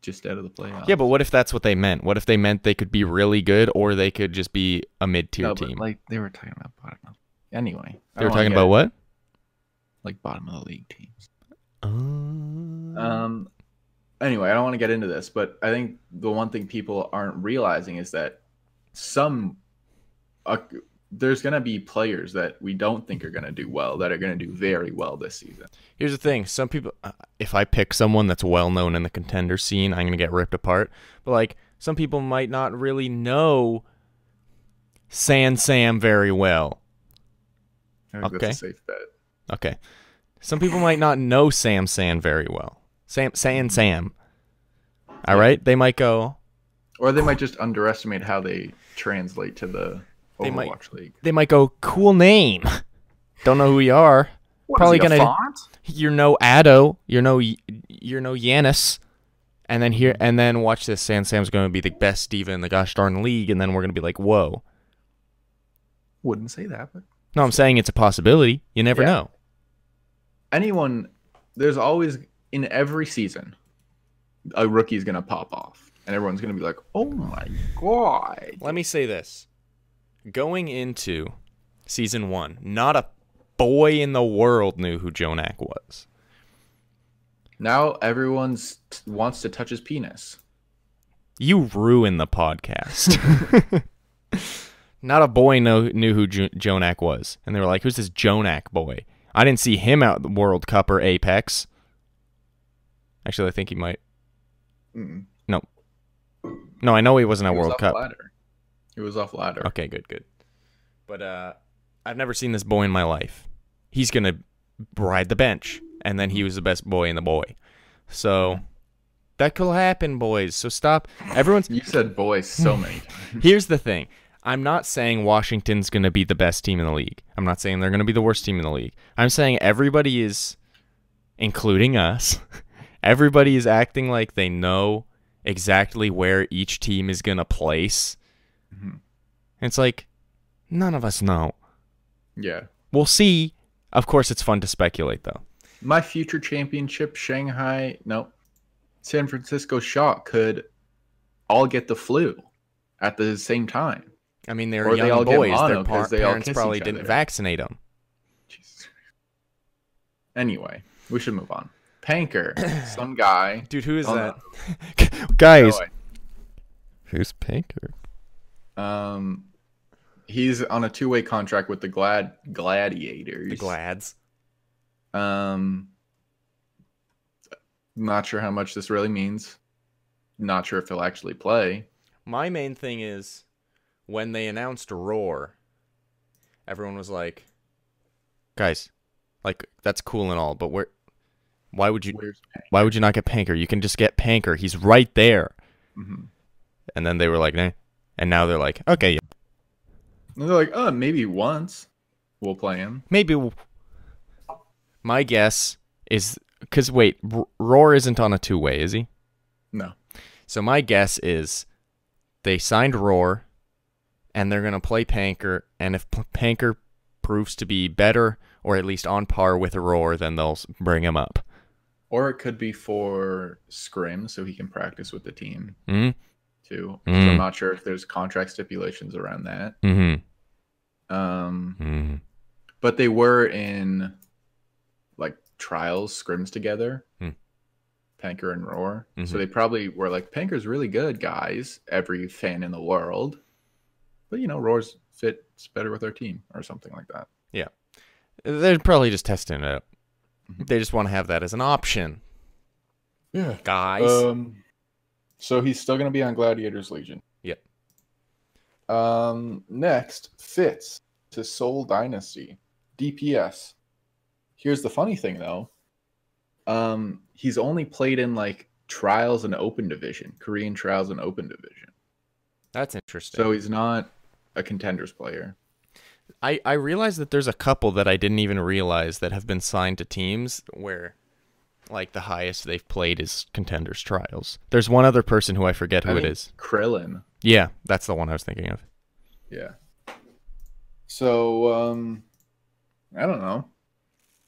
[SPEAKER 2] Just out of the playoffs.
[SPEAKER 1] Yeah, but what if that's what they meant? What if they meant they could be really good, or they could just be a mid-tier
[SPEAKER 2] No, but,
[SPEAKER 1] team?
[SPEAKER 2] Like they were talking about bottom. Of, anyway, I
[SPEAKER 1] they were
[SPEAKER 2] don't wanna
[SPEAKER 1] talking
[SPEAKER 2] get
[SPEAKER 1] about what?
[SPEAKER 2] like bottom of the league teams.
[SPEAKER 1] Um,
[SPEAKER 2] Um. Anyway, I don't want to get into this, but I think the one thing people aren't realizing is that some uh, there's going to be players that we don't think are going to do well that are going to do very well this season.
[SPEAKER 1] Here's the thing: some people, uh, if I pick someone that's well known in the contender scene, I'm gonna get ripped apart. But like, some people might not really know San Sam very well.
[SPEAKER 2] I think
[SPEAKER 1] Okay.
[SPEAKER 2] that's a safe bet.
[SPEAKER 1] Okay. Some people might not know Sam San very well. Sam San Sam. All right? They might go
[SPEAKER 2] Or they might just underestimate how they translate to the
[SPEAKER 1] They
[SPEAKER 2] Overwatch
[SPEAKER 1] might-
[SPEAKER 2] League.
[SPEAKER 1] they might go, cool name. <laughs> Don't know who you are. Probably gonna you're no Addo, you're no Y- you're no Yanis. And then here and then watch this San Sam's gonna be the best diva in the gosh darn league, and then we're gonna be like, whoa.
[SPEAKER 2] Wouldn't say that, but
[SPEAKER 1] No, I'm saying it's a possibility. You never
[SPEAKER 2] Yeah.
[SPEAKER 1] know.
[SPEAKER 2] anyone there's always in every season a rookie's gonna pop off and everyone's gonna be like oh my god
[SPEAKER 1] Let me say this. Going into season one, not a boy in the world knew who Jonak was.
[SPEAKER 2] now everyone's wants to touch his penis
[SPEAKER 1] You ruin the podcast. <laughs> Not a boy know, knew who jo- Jonak was, and they were like, "Who's this Jonak boy?" I didn't see him out at the World Cup or Apex. Actually, I think he might.
[SPEAKER 2] Mm.
[SPEAKER 1] No, no, I know he wasn't at
[SPEAKER 2] It was
[SPEAKER 1] World
[SPEAKER 2] off
[SPEAKER 1] Cup.
[SPEAKER 2] ladder it was off ladder
[SPEAKER 1] Okay, good, good. But uh, I've never seen this boy in my life. He's gonna ride the bench, and then he was the best boy in the boy. So that could happen, boys. So stop. Everyone's
[SPEAKER 2] you said
[SPEAKER 1] <laughs>
[SPEAKER 2] boy so many times
[SPEAKER 1] Here's the thing. I'm not saying Washington's going to be the best team in the league. I'm not saying they're going to be the worst team in the league. I'm saying everybody is, including us, <laughs> everybody is acting like they know exactly where each team is going to place.
[SPEAKER 2] Mhm.
[SPEAKER 1] It's like, none of us know.
[SPEAKER 2] yeah
[SPEAKER 1] We'll see. Of course, it's fun to speculate, though.
[SPEAKER 2] my future championship shanghai no san francisco shock could all get the flu at the same time
[SPEAKER 1] I mean, they're
[SPEAKER 2] Or they
[SPEAKER 1] young
[SPEAKER 2] all get
[SPEAKER 1] boys.
[SPEAKER 2] mono
[SPEAKER 1] Their
[SPEAKER 2] 'cause
[SPEAKER 1] par-
[SPEAKER 2] they all
[SPEAKER 1] parents
[SPEAKER 2] kiss
[SPEAKER 1] probably
[SPEAKER 2] each
[SPEAKER 1] didn't
[SPEAKER 2] other.
[SPEAKER 1] vaccinate them.
[SPEAKER 2] Jesus. Anyway, we should move on.
[SPEAKER 1] <coughs>
[SPEAKER 2] Panker, some guy.
[SPEAKER 1] Dude, who is
[SPEAKER 2] Oh,
[SPEAKER 1] that?
[SPEAKER 2] no.
[SPEAKER 1] <laughs> Guys.
[SPEAKER 2] No,
[SPEAKER 1] Who's Pinker?
[SPEAKER 2] um, he's on a two-way contract with the Glad Gladiators.
[SPEAKER 1] The Glads.
[SPEAKER 2] um, not sure how much this really means. Not sure if he'll actually play.
[SPEAKER 1] My main thing is when they announced Roar, everyone was like, "Guys, like that's cool and all, but where? Why would you?
[SPEAKER 2] Where's Panker?
[SPEAKER 1] Why would you not get Panker? You can just get Panker. He's right there."
[SPEAKER 2] Mhm.
[SPEAKER 1] And then they were like, "Nah," and now they're like, "Okay, yeah,
[SPEAKER 2] And they're like, oh, maybe once we'll play him.
[SPEAKER 1] maybe." we'll-" My guess is because wait, R- Roar isn't on a two way, is he?
[SPEAKER 2] No,
[SPEAKER 1] So my guess is they signed Roar, and they're gonna play Panker, and if P- Panker proves to be better or at least on par with Roar, then they'll s- bring him up.
[SPEAKER 2] or it could be for scrim so he can practice with the team
[SPEAKER 1] Mm?
[SPEAKER 2] too. So
[SPEAKER 1] Mm.
[SPEAKER 2] I'm not sure if there's contract stipulations around that.
[SPEAKER 1] Mm-hmm.
[SPEAKER 2] Um,
[SPEAKER 1] Mm-hmm.
[SPEAKER 2] but they were in like trials scrims together
[SPEAKER 1] Hmm.
[SPEAKER 2] panker and roar
[SPEAKER 1] Mhm.
[SPEAKER 2] so they probably were like panker's really good guys every fan in the world but you know roar's fits better with our team or something like that
[SPEAKER 1] They're probably just testing it out.
[SPEAKER 2] Mhm.
[SPEAKER 1] They just want to have that as an option,
[SPEAKER 2] yeah
[SPEAKER 1] guys.
[SPEAKER 2] um so he's still going to be on gladiators legion
[SPEAKER 1] Yeah.
[SPEAKER 2] um next fits to soul dynasty dps here's the funny thing though um he's only played in like trials and open division korean trials and open division
[SPEAKER 1] That's interesting.
[SPEAKER 2] so he's not a contenders player
[SPEAKER 1] I I realize that there's a couple that I didn't even realize that have been signed to teams where like the highest they've played is contenders trials. There's one other person who I forget who
[SPEAKER 2] I
[SPEAKER 1] it
[SPEAKER 2] think
[SPEAKER 1] is.
[SPEAKER 2] Krillin.
[SPEAKER 1] Yeah, that's the one I was thinking of.
[SPEAKER 2] Yeah. So um, I don't know.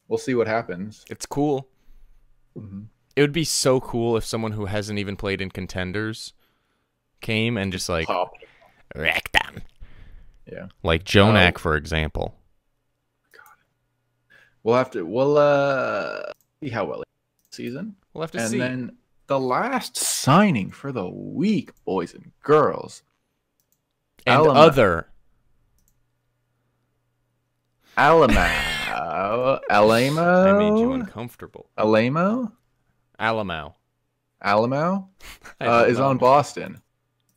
[SPEAKER 2] We'll see what happens.
[SPEAKER 1] It's cool.
[SPEAKER 2] Mhm.
[SPEAKER 1] It would be so cool if someone who hasn't even played in contenders came and just like
[SPEAKER 2] Pop.
[SPEAKER 3] Wreck them.
[SPEAKER 2] Yeah.
[SPEAKER 1] like Jonak for example.
[SPEAKER 2] We'll have to. We'll uh see how well it- season.
[SPEAKER 1] We'll have to
[SPEAKER 2] And
[SPEAKER 1] see.
[SPEAKER 2] then the last signing for the week, boys and girls,
[SPEAKER 1] and
[SPEAKER 2] Alamut.
[SPEAKER 1] other <laughs>
[SPEAKER 2] Alamo, Alamo,
[SPEAKER 1] I made you uncomfortable.
[SPEAKER 2] Alamo,
[SPEAKER 1] Alamo.
[SPEAKER 2] Alamo
[SPEAKER 1] I
[SPEAKER 2] uh,
[SPEAKER 1] don't
[SPEAKER 2] is
[SPEAKER 1] know.
[SPEAKER 2] on Boston.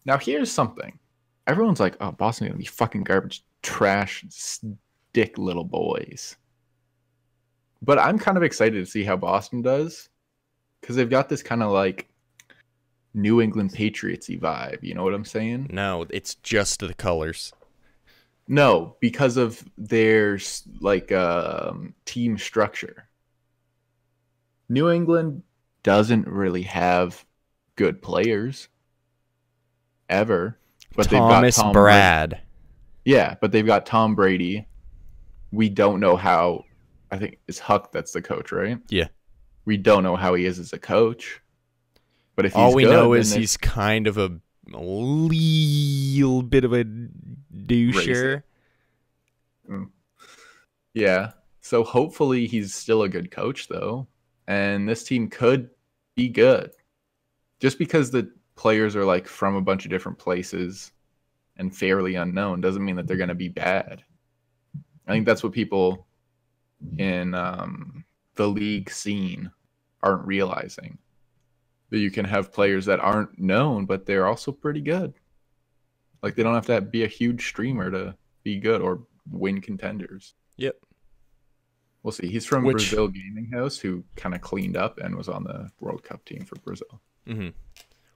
[SPEAKER 2] Now here's something. Everyone's like, "Oh, Boston gonna be fucking garbage, trash, s- dick little boys." But I'm kind of excited to see how Boston does, because they've got this kind of like New England Patriotsy vibe. You know what I'm saying?
[SPEAKER 1] No, it's just the colors.
[SPEAKER 2] No, because of their s- like um, team structure. New England doesn't really have good players ever, but
[SPEAKER 1] Thomas
[SPEAKER 2] they've got Tom Brady-
[SPEAKER 1] Brad.
[SPEAKER 2] Yeah, but they've got Tom Brady. We don't know how. I think it's Huck that's the coach, right?
[SPEAKER 1] Yeah.
[SPEAKER 2] We don't know how he is as a coach. But if he's
[SPEAKER 1] All we
[SPEAKER 2] good,
[SPEAKER 1] know
[SPEAKER 2] then
[SPEAKER 1] is
[SPEAKER 2] they-
[SPEAKER 1] he's kind of a little bit of a doucher.
[SPEAKER 2] Yeah. So hopefully he's still a good coach though, and this team could be good. Just because the players are like from a bunch of different places and fairly unknown doesn't mean that they're going to be bad. I think that's what people in um, the league scene aren't realizing that you can have players that aren't known, but they're also pretty good. Like they don't have to be a huge streamer to be good or win contenders.
[SPEAKER 1] Yep.
[SPEAKER 2] We'll see. He's from
[SPEAKER 1] Which-
[SPEAKER 2] Brazil Gaming House, who kind of cleaned up and was on the World Cup team for Brazil.
[SPEAKER 1] hmm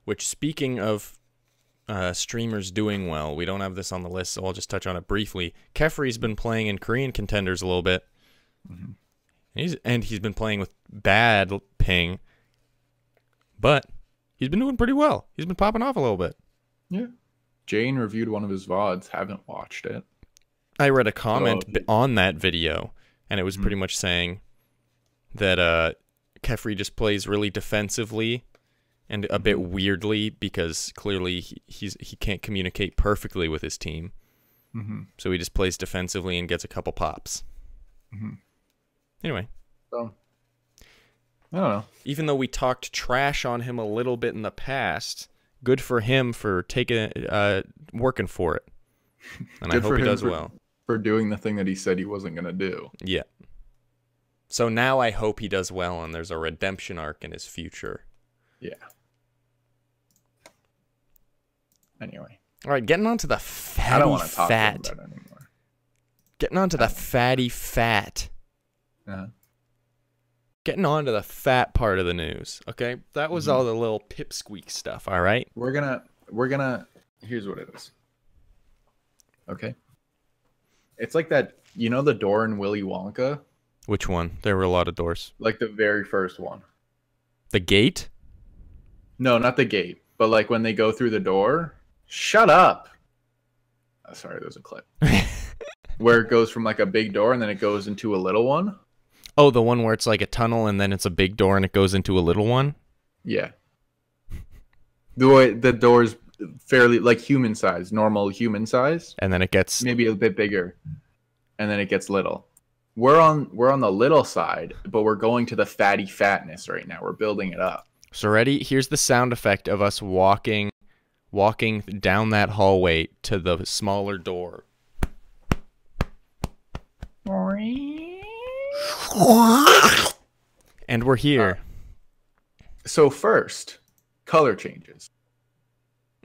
[SPEAKER 1] Which, speaking of uh, streamers doing well, we don't have this on the list, so I'll just touch on it briefly. Kefri's been playing in Korean contenders a little bit.
[SPEAKER 2] Mhm.
[SPEAKER 1] He's and he's been playing with bad l- ping, but he's been doing pretty well. He's been popping off a little bit.
[SPEAKER 2] Yeah. Jane reviewed one of his VODs, haven't watched it.
[SPEAKER 1] I read a comment
[SPEAKER 2] Oh. Mm-hmm.
[SPEAKER 1] b on that video, and it was pretty much saying that uh, Kefri just plays really defensively and a bit
[SPEAKER 2] Mm-hmm.
[SPEAKER 1] weirdly because clearly he, he's he can't communicate perfectly with his team,
[SPEAKER 2] Mm-hmm.
[SPEAKER 1] so he just plays defensively and gets a couple pops.
[SPEAKER 2] Mhm.
[SPEAKER 1] Anyway,
[SPEAKER 2] So I don't know.
[SPEAKER 1] even though we talked trash on him a little bit in the past, good for him for taking uh, working for it, and I
[SPEAKER 2] Good for
[SPEAKER 1] hope he
[SPEAKER 2] him
[SPEAKER 1] does
[SPEAKER 2] for-
[SPEAKER 1] well.
[SPEAKER 2] For doing the thing that he said he wasn't gonna do.
[SPEAKER 1] Yeah. So now I hope he does well and there's a redemption arc in his future.
[SPEAKER 2] Yeah. Anyway,
[SPEAKER 1] All right, getting on to the
[SPEAKER 2] I
[SPEAKER 1] fatty
[SPEAKER 2] don't want to talk to him
[SPEAKER 1] fat.
[SPEAKER 2] about it anymore.
[SPEAKER 1] Getting on to the fatty fat.
[SPEAKER 2] Uh-huh.
[SPEAKER 1] Getting on to the fat part of the news. Okay, that
[SPEAKER 2] Mm-hmm.
[SPEAKER 1] was all the little pipsqueak stuff. All right.
[SPEAKER 2] We're gonna we're gonna here's what it is. Okay. It's like that you know the door in Willy Wonka?
[SPEAKER 1] Which one? There were a lot of doors.
[SPEAKER 2] Like the very first one.
[SPEAKER 1] The gate.
[SPEAKER 2] No, not the gate, but like when they go through the door. Shut up. Oh, sorry, there's a clip where it goes from like a big door and then it goes into a little one.
[SPEAKER 1] Oh, the one where it's like a tunnel and then it's a big door and it goes into a little one.
[SPEAKER 2] Yeah. The way the door's fairly like human size, normal human size,
[SPEAKER 1] And then it gets.
[SPEAKER 2] maybe a bit bigger, and then it gets little. We're on we're on the little side, but we're going to the fatty fatness right now. We're building it up.
[SPEAKER 1] So ready? Here's the sound effect of us walking, walking down that hallway to the smaller door. And we're
[SPEAKER 2] Uh,
[SPEAKER 1] here.
[SPEAKER 2] So first, color changes.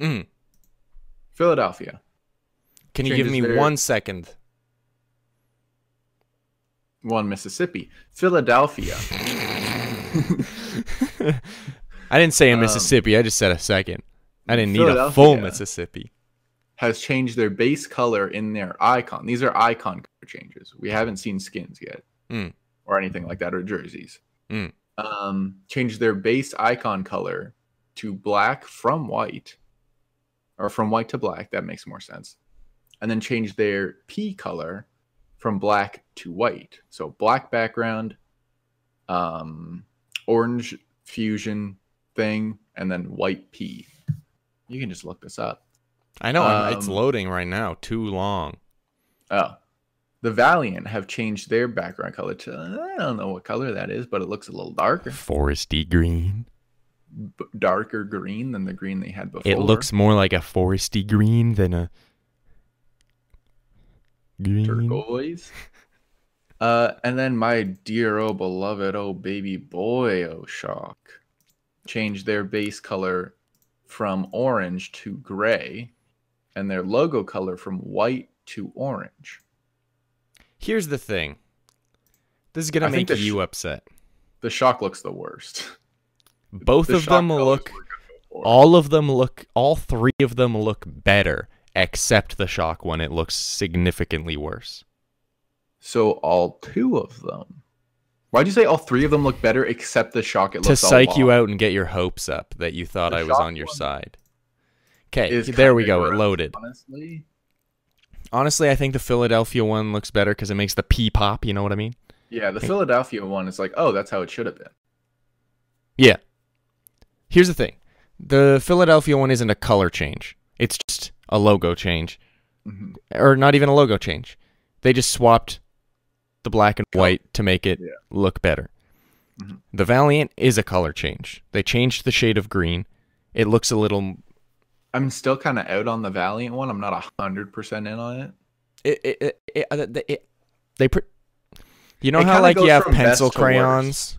[SPEAKER 1] Mm.
[SPEAKER 2] Philadelphia.
[SPEAKER 1] Can you give
[SPEAKER 2] changes
[SPEAKER 1] me
[SPEAKER 2] there.
[SPEAKER 1] one second? <laughs>
[SPEAKER 2] one Mississippi, Philadelphia.
[SPEAKER 1] I didn't say a
[SPEAKER 2] Um,
[SPEAKER 1] Mississippi. I just said a second. I didn't need a full
[SPEAKER 2] Philadelphia.
[SPEAKER 1] Mississippi.
[SPEAKER 2] has changed their base color in their icon. These are icon color changes. We haven't seen skins yet
[SPEAKER 1] Mm.
[SPEAKER 2] or anything like that or jerseys.
[SPEAKER 1] Mm.
[SPEAKER 2] Um, changed their base icon color to black from white or from white to black. That makes more sense. And then changed their P color from black to white. So black background, um, orange fusion thing, and then white P. You can just look this up.
[SPEAKER 1] I know I'm- it's
[SPEAKER 2] Um,
[SPEAKER 1] loading right now. Too long.
[SPEAKER 2] Oh. The Valiant have changed their background color to I don't know what color that is, but it looks a little darker,
[SPEAKER 1] Foresty green.
[SPEAKER 2] b- darker green than the green they had before.
[SPEAKER 1] It looks more like a foresty green than a green.
[SPEAKER 2] turquoise. <laughs> Uh, and then my dear, oh beloved, oh baby boy, oh shock, changed their base color from orange to gray, and their logo color from white to orange.
[SPEAKER 1] Here's the thing. This is gonna
[SPEAKER 2] I
[SPEAKER 1] make
[SPEAKER 2] think the sh-
[SPEAKER 1] you upset.
[SPEAKER 2] The shock looks the worst.
[SPEAKER 1] Both
[SPEAKER 2] The
[SPEAKER 1] of them
[SPEAKER 2] shock
[SPEAKER 1] look.
[SPEAKER 2] colors were good before.
[SPEAKER 1] All of them look. All three of them look better, except the shock one. It looks significantly worse.
[SPEAKER 2] So all two of them. Why'd you say all three of them look better except the shock? It
[SPEAKER 1] to
[SPEAKER 2] looks all
[SPEAKER 1] psych you
[SPEAKER 2] long?
[SPEAKER 1] out and get your hopes up that you thought
[SPEAKER 2] The
[SPEAKER 1] I was
[SPEAKER 2] shock
[SPEAKER 1] on your
[SPEAKER 2] one
[SPEAKER 1] side. Okay,
[SPEAKER 2] is
[SPEAKER 1] there we
[SPEAKER 2] kinda
[SPEAKER 1] go. It
[SPEAKER 2] gross,
[SPEAKER 1] loaded.
[SPEAKER 2] Honestly,
[SPEAKER 1] Honestly, I think the Philadelphia one looks better because it makes the pee pop. You know what I mean?
[SPEAKER 2] yeah, the Philadelphia one is like, oh, that's how it should have been.
[SPEAKER 1] Yeah. Here's the thing the Philadelphia one isn't a color change, it's just a logo change,
[SPEAKER 2] Mhm.
[SPEAKER 1] or not even a logo change. They just swapped the black and white to make it
[SPEAKER 2] Yeah.
[SPEAKER 1] look better.
[SPEAKER 2] Mhm.
[SPEAKER 1] The Valiant is a color change. They changed the shade of green. It looks a little
[SPEAKER 2] I'm still kind of out on the Valiant one. I'm not hundred percent in on it.
[SPEAKER 1] it, it, it, it, uh, the- it they pr- you know
[SPEAKER 2] It
[SPEAKER 1] how
[SPEAKER 2] kinda
[SPEAKER 1] like you
[SPEAKER 2] goes
[SPEAKER 1] have
[SPEAKER 2] from best
[SPEAKER 1] pencil
[SPEAKER 2] to worst.
[SPEAKER 1] crayons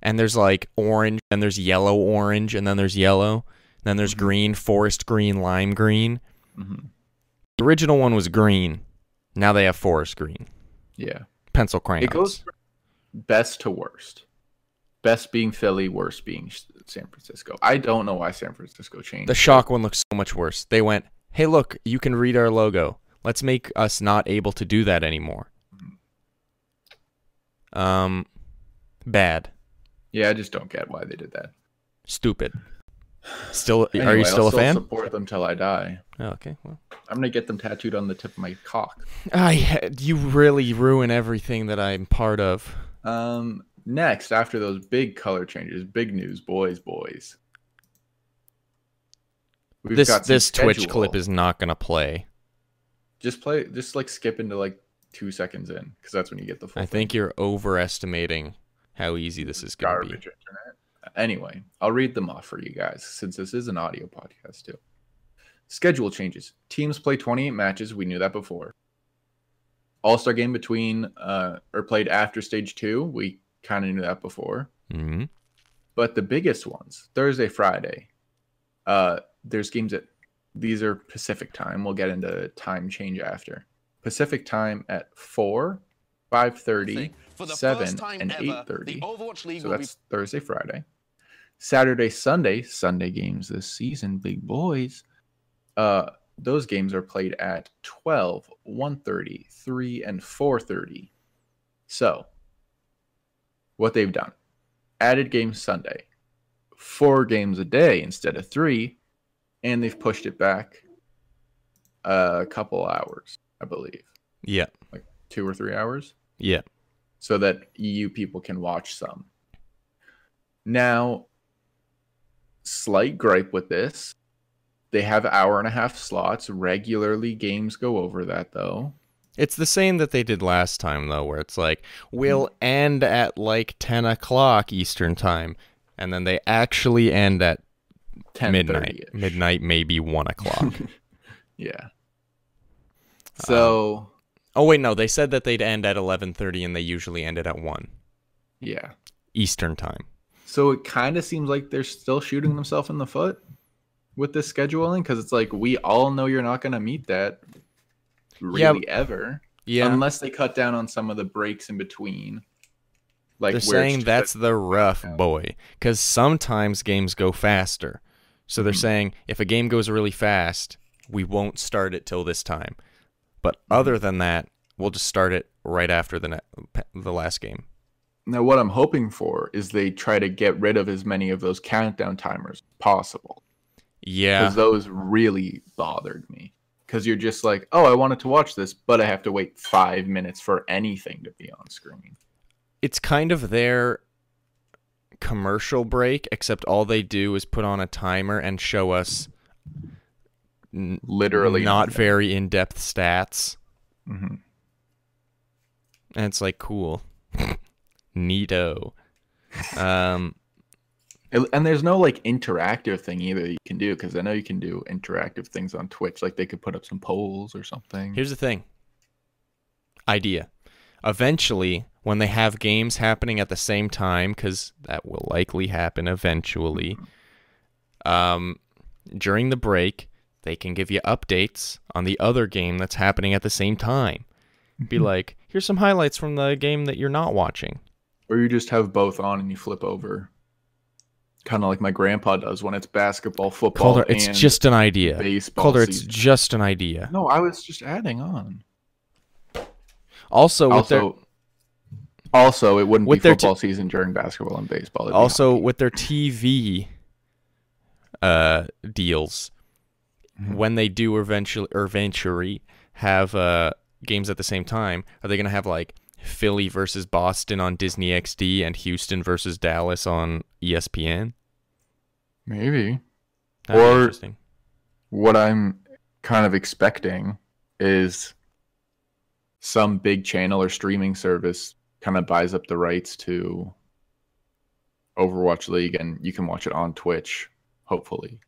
[SPEAKER 1] and there's like orange and there's yellow orange and then there's yellow and then there's
[SPEAKER 2] Mhm.
[SPEAKER 1] green forest green lime green
[SPEAKER 2] Mhm.
[SPEAKER 1] the original one was green now they have forest green
[SPEAKER 2] Yeah,
[SPEAKER 1] pencil crayons
[SPEAKER 2] it goes from best to worst. Best being Philly, worst being S- San Francisco. I don't know why San Francisco changed.
[SPEAKER 1] the shock one looks so much worse they went hey look you can read our logo let's make us not able to do that anymore um bad
[SPEAKER 2] yeah, I just don't get why they did that.
[SPEAKER 1] stupid still are
[SPEAKER 2] Anyway,
[SPEAKER 1] you
[SPEAKER 2] I'll
[SPEAKER 1] still a fan
[SPEAKER 2] Support them till I die.
[SPEAKER 1] Oh, okay. Well,
[SPEAKER 2] I'm gonna get them tattooed on the tip of my cock.
[SPEAKER 1] I Ah, you really ruin everything that I'm part of.
[SPEAKER 2] Um, next, after those big color changes, big news, boys, boys. We've
[SPEAKER 1] this
[SPEAKER 2] got some
[SPEAKER 1] this Twitch
[SPEAKER 2] schedule.
[SPEAKER 1] clip is not gonna play.
[SPEAKER 2] just play, just like skip into like two seconds in, because that's when you get the full.
[SPEAKER 1] I think you're overestimating how easy this is gonna
[SPEAKER 2] garbage internet. Anyway, I'll read them off for you guys since this is an audio podcast too. Schedule changes. Teams play 28 matches. We knew that before. All star game between uh, or played after stage two. We kind of knew that before.
[SPEAKER 1] be. hmm
[SPEAKER 2] But the biggest ones, Thursday, Friday, uh, there's games that these are Pacific time. We'll get into time change after. Pacific time at four, five thirty,
[SPEAKER 4] For the
[SPEAKER 2] seven,
[SPEAKER 4] first time
[SPEAKER 2] and
[SPEAKER 4] ever,
[SPEAKER 2] eight thirty.
[SPEAKER 4] The Overwatch League
[SPEAKER 2] So
[SPEAKER 4] will be
[SPEAKER 2] that's Thursday, Friday. Saturday, Sunday, Sunday games this season, big boys. Uh those games are played at 12, 1:30, 3 and 4:30. So, what they've done. Added games Sunday. 4 games a day instead of 3 and they've pushed it back a couple hours, I believe.
[SPEAKER 1] Yeah.
[SPEAKER 2] 2 or 3 hours
[SPEAKER 1] Yeah.
[SPEAKER 2] so that EU people can watch some. Now, slight gripe with this. They have hour and a half slots. Regularly, games go over that though.
[SPEAKER 1] It's the same that they did last time though, where it's like we'll
[SPEAKER 2] Mm-hmm.
[SPEAKER 1] end at like ten o'clock Eastern time, and then they actually end at
[SPEAKER 2] 10
[SPEAKER 1] midnight.
[SPEAKER 2] 30-ish.
[SPEAKER 1] Midnight, Um, maybe one o'clock.
[SPEAKER 2] Yeah. So,
[SPEAKER 1] oh wait, no, they said that they'd end at eleven thirty, and they usually ended at one
[SPEAKER 2] yeah.
[SPEAKER 1] Eastern time.
[SPEAKER 2] So it kind of seems like they're still shooting themselves in the foot with this scheduling because it's like we all know you're not going to meet that really
[SPEAKER 1] Yeah.
[SPEAKER 2] ever
[SPEAKER 1] Yeah.
[SPEAKER 2] unless they cut down on some of the breaks in between.
[SPEAKER 1] they're
[SPEAKER 2] Like where it's
[SPEAKER 1] saying
[SPEAKER 2] just a-
[SPEAKER 1] that's the rough
[SPEAKER 2] Yeah.
[SPEAKER 1] boy because sometimes games go faster so they're
[SPEAKER 2] Mhm.
[SPEAKER 1] saying if a game goes really fast we won't start it till this time. But
[SPEAKER 2] Mm-hmm.
[SPEAKER 1] other than that, we'll just start it right after the ne- the last game.
[SPEAKER 2] Now, what I'm hoping for is they try to get rid of as many of those countdown timers as possible
[SPEAKER 1] Yeah.
[SPEAKER 2] because those really bothered me. Because you're just like, oh, I wanted to watch this, but I have to wait five minutes for anything to be on screen.
[SPEAKER 1] it's kind of their commercial break, except all they do is put on a timer and show us n-
[SPEAKER 2] Literally,
[SPEAKER 1] not very in depth stats.
[SPEAKER 2] hmm
[SPEAKER 1] And it's like, cool. <laughs> Neato. Um,
[SPEAKER 2] It- And there's no like interactive thing either that you can do because I know you can do interactive things on Twitch. Like they could put up some polls or something.
[SPEAKER 1] here's the thing idea. Eventually, when they have games happening at the same time, because that will likely happen eventually, um, during the break, they can give you updates on the other game that's happening at the same time.
[SPEAKER 2] Hmm.
[SPEAKER 1] Be like, here's some highlights from the game that you're not watching.
[SPEAKER 2] or you just have both on and you flip over. Kind of like my grandpa does when it's basketball, football,
[SPEAKER 1] Calder, it's
[SPEAKER 2] and
[SPEAKER 1] just an idea.
[SPEAKER 2] baseball.
[SPEAKER 1] Calder, it's
[SPEAKER 2] season.
[SPEAKER 1] just an idea.
[SPEAKER 2] no. I was just adding on.
[SPEAKER 1] Also, with their
[SPEAKER 2] Also, also, it wouldn't
[SPEAKER 1] with
[SPEAKER 2] be
[SPEAKER 1] their t-
[SPEAKER 2] football season during basketball and baseball. it'd be
[SPEAKER 1] also with their TV uh, deals,
[SPEAKER 2] Mhm.
[SPEAKER 1] when they do eventually or eventually have uh, games at the same time, are they gonna have like Philly versus Boston on Disney XD and Houston versus Dallas on E ESPN?
[SPEAKER 2] hockey. maybe.
[SPEAKER 1] That'd be
[SPEAKER 2] Or-
[SPEAKER 1] interesting.
[SPEAKER 2] what I'm kind of expecting is some big channel or streaming service kind of buys up the rights to Overwatch League and you can watch it on Twitch, hopefully,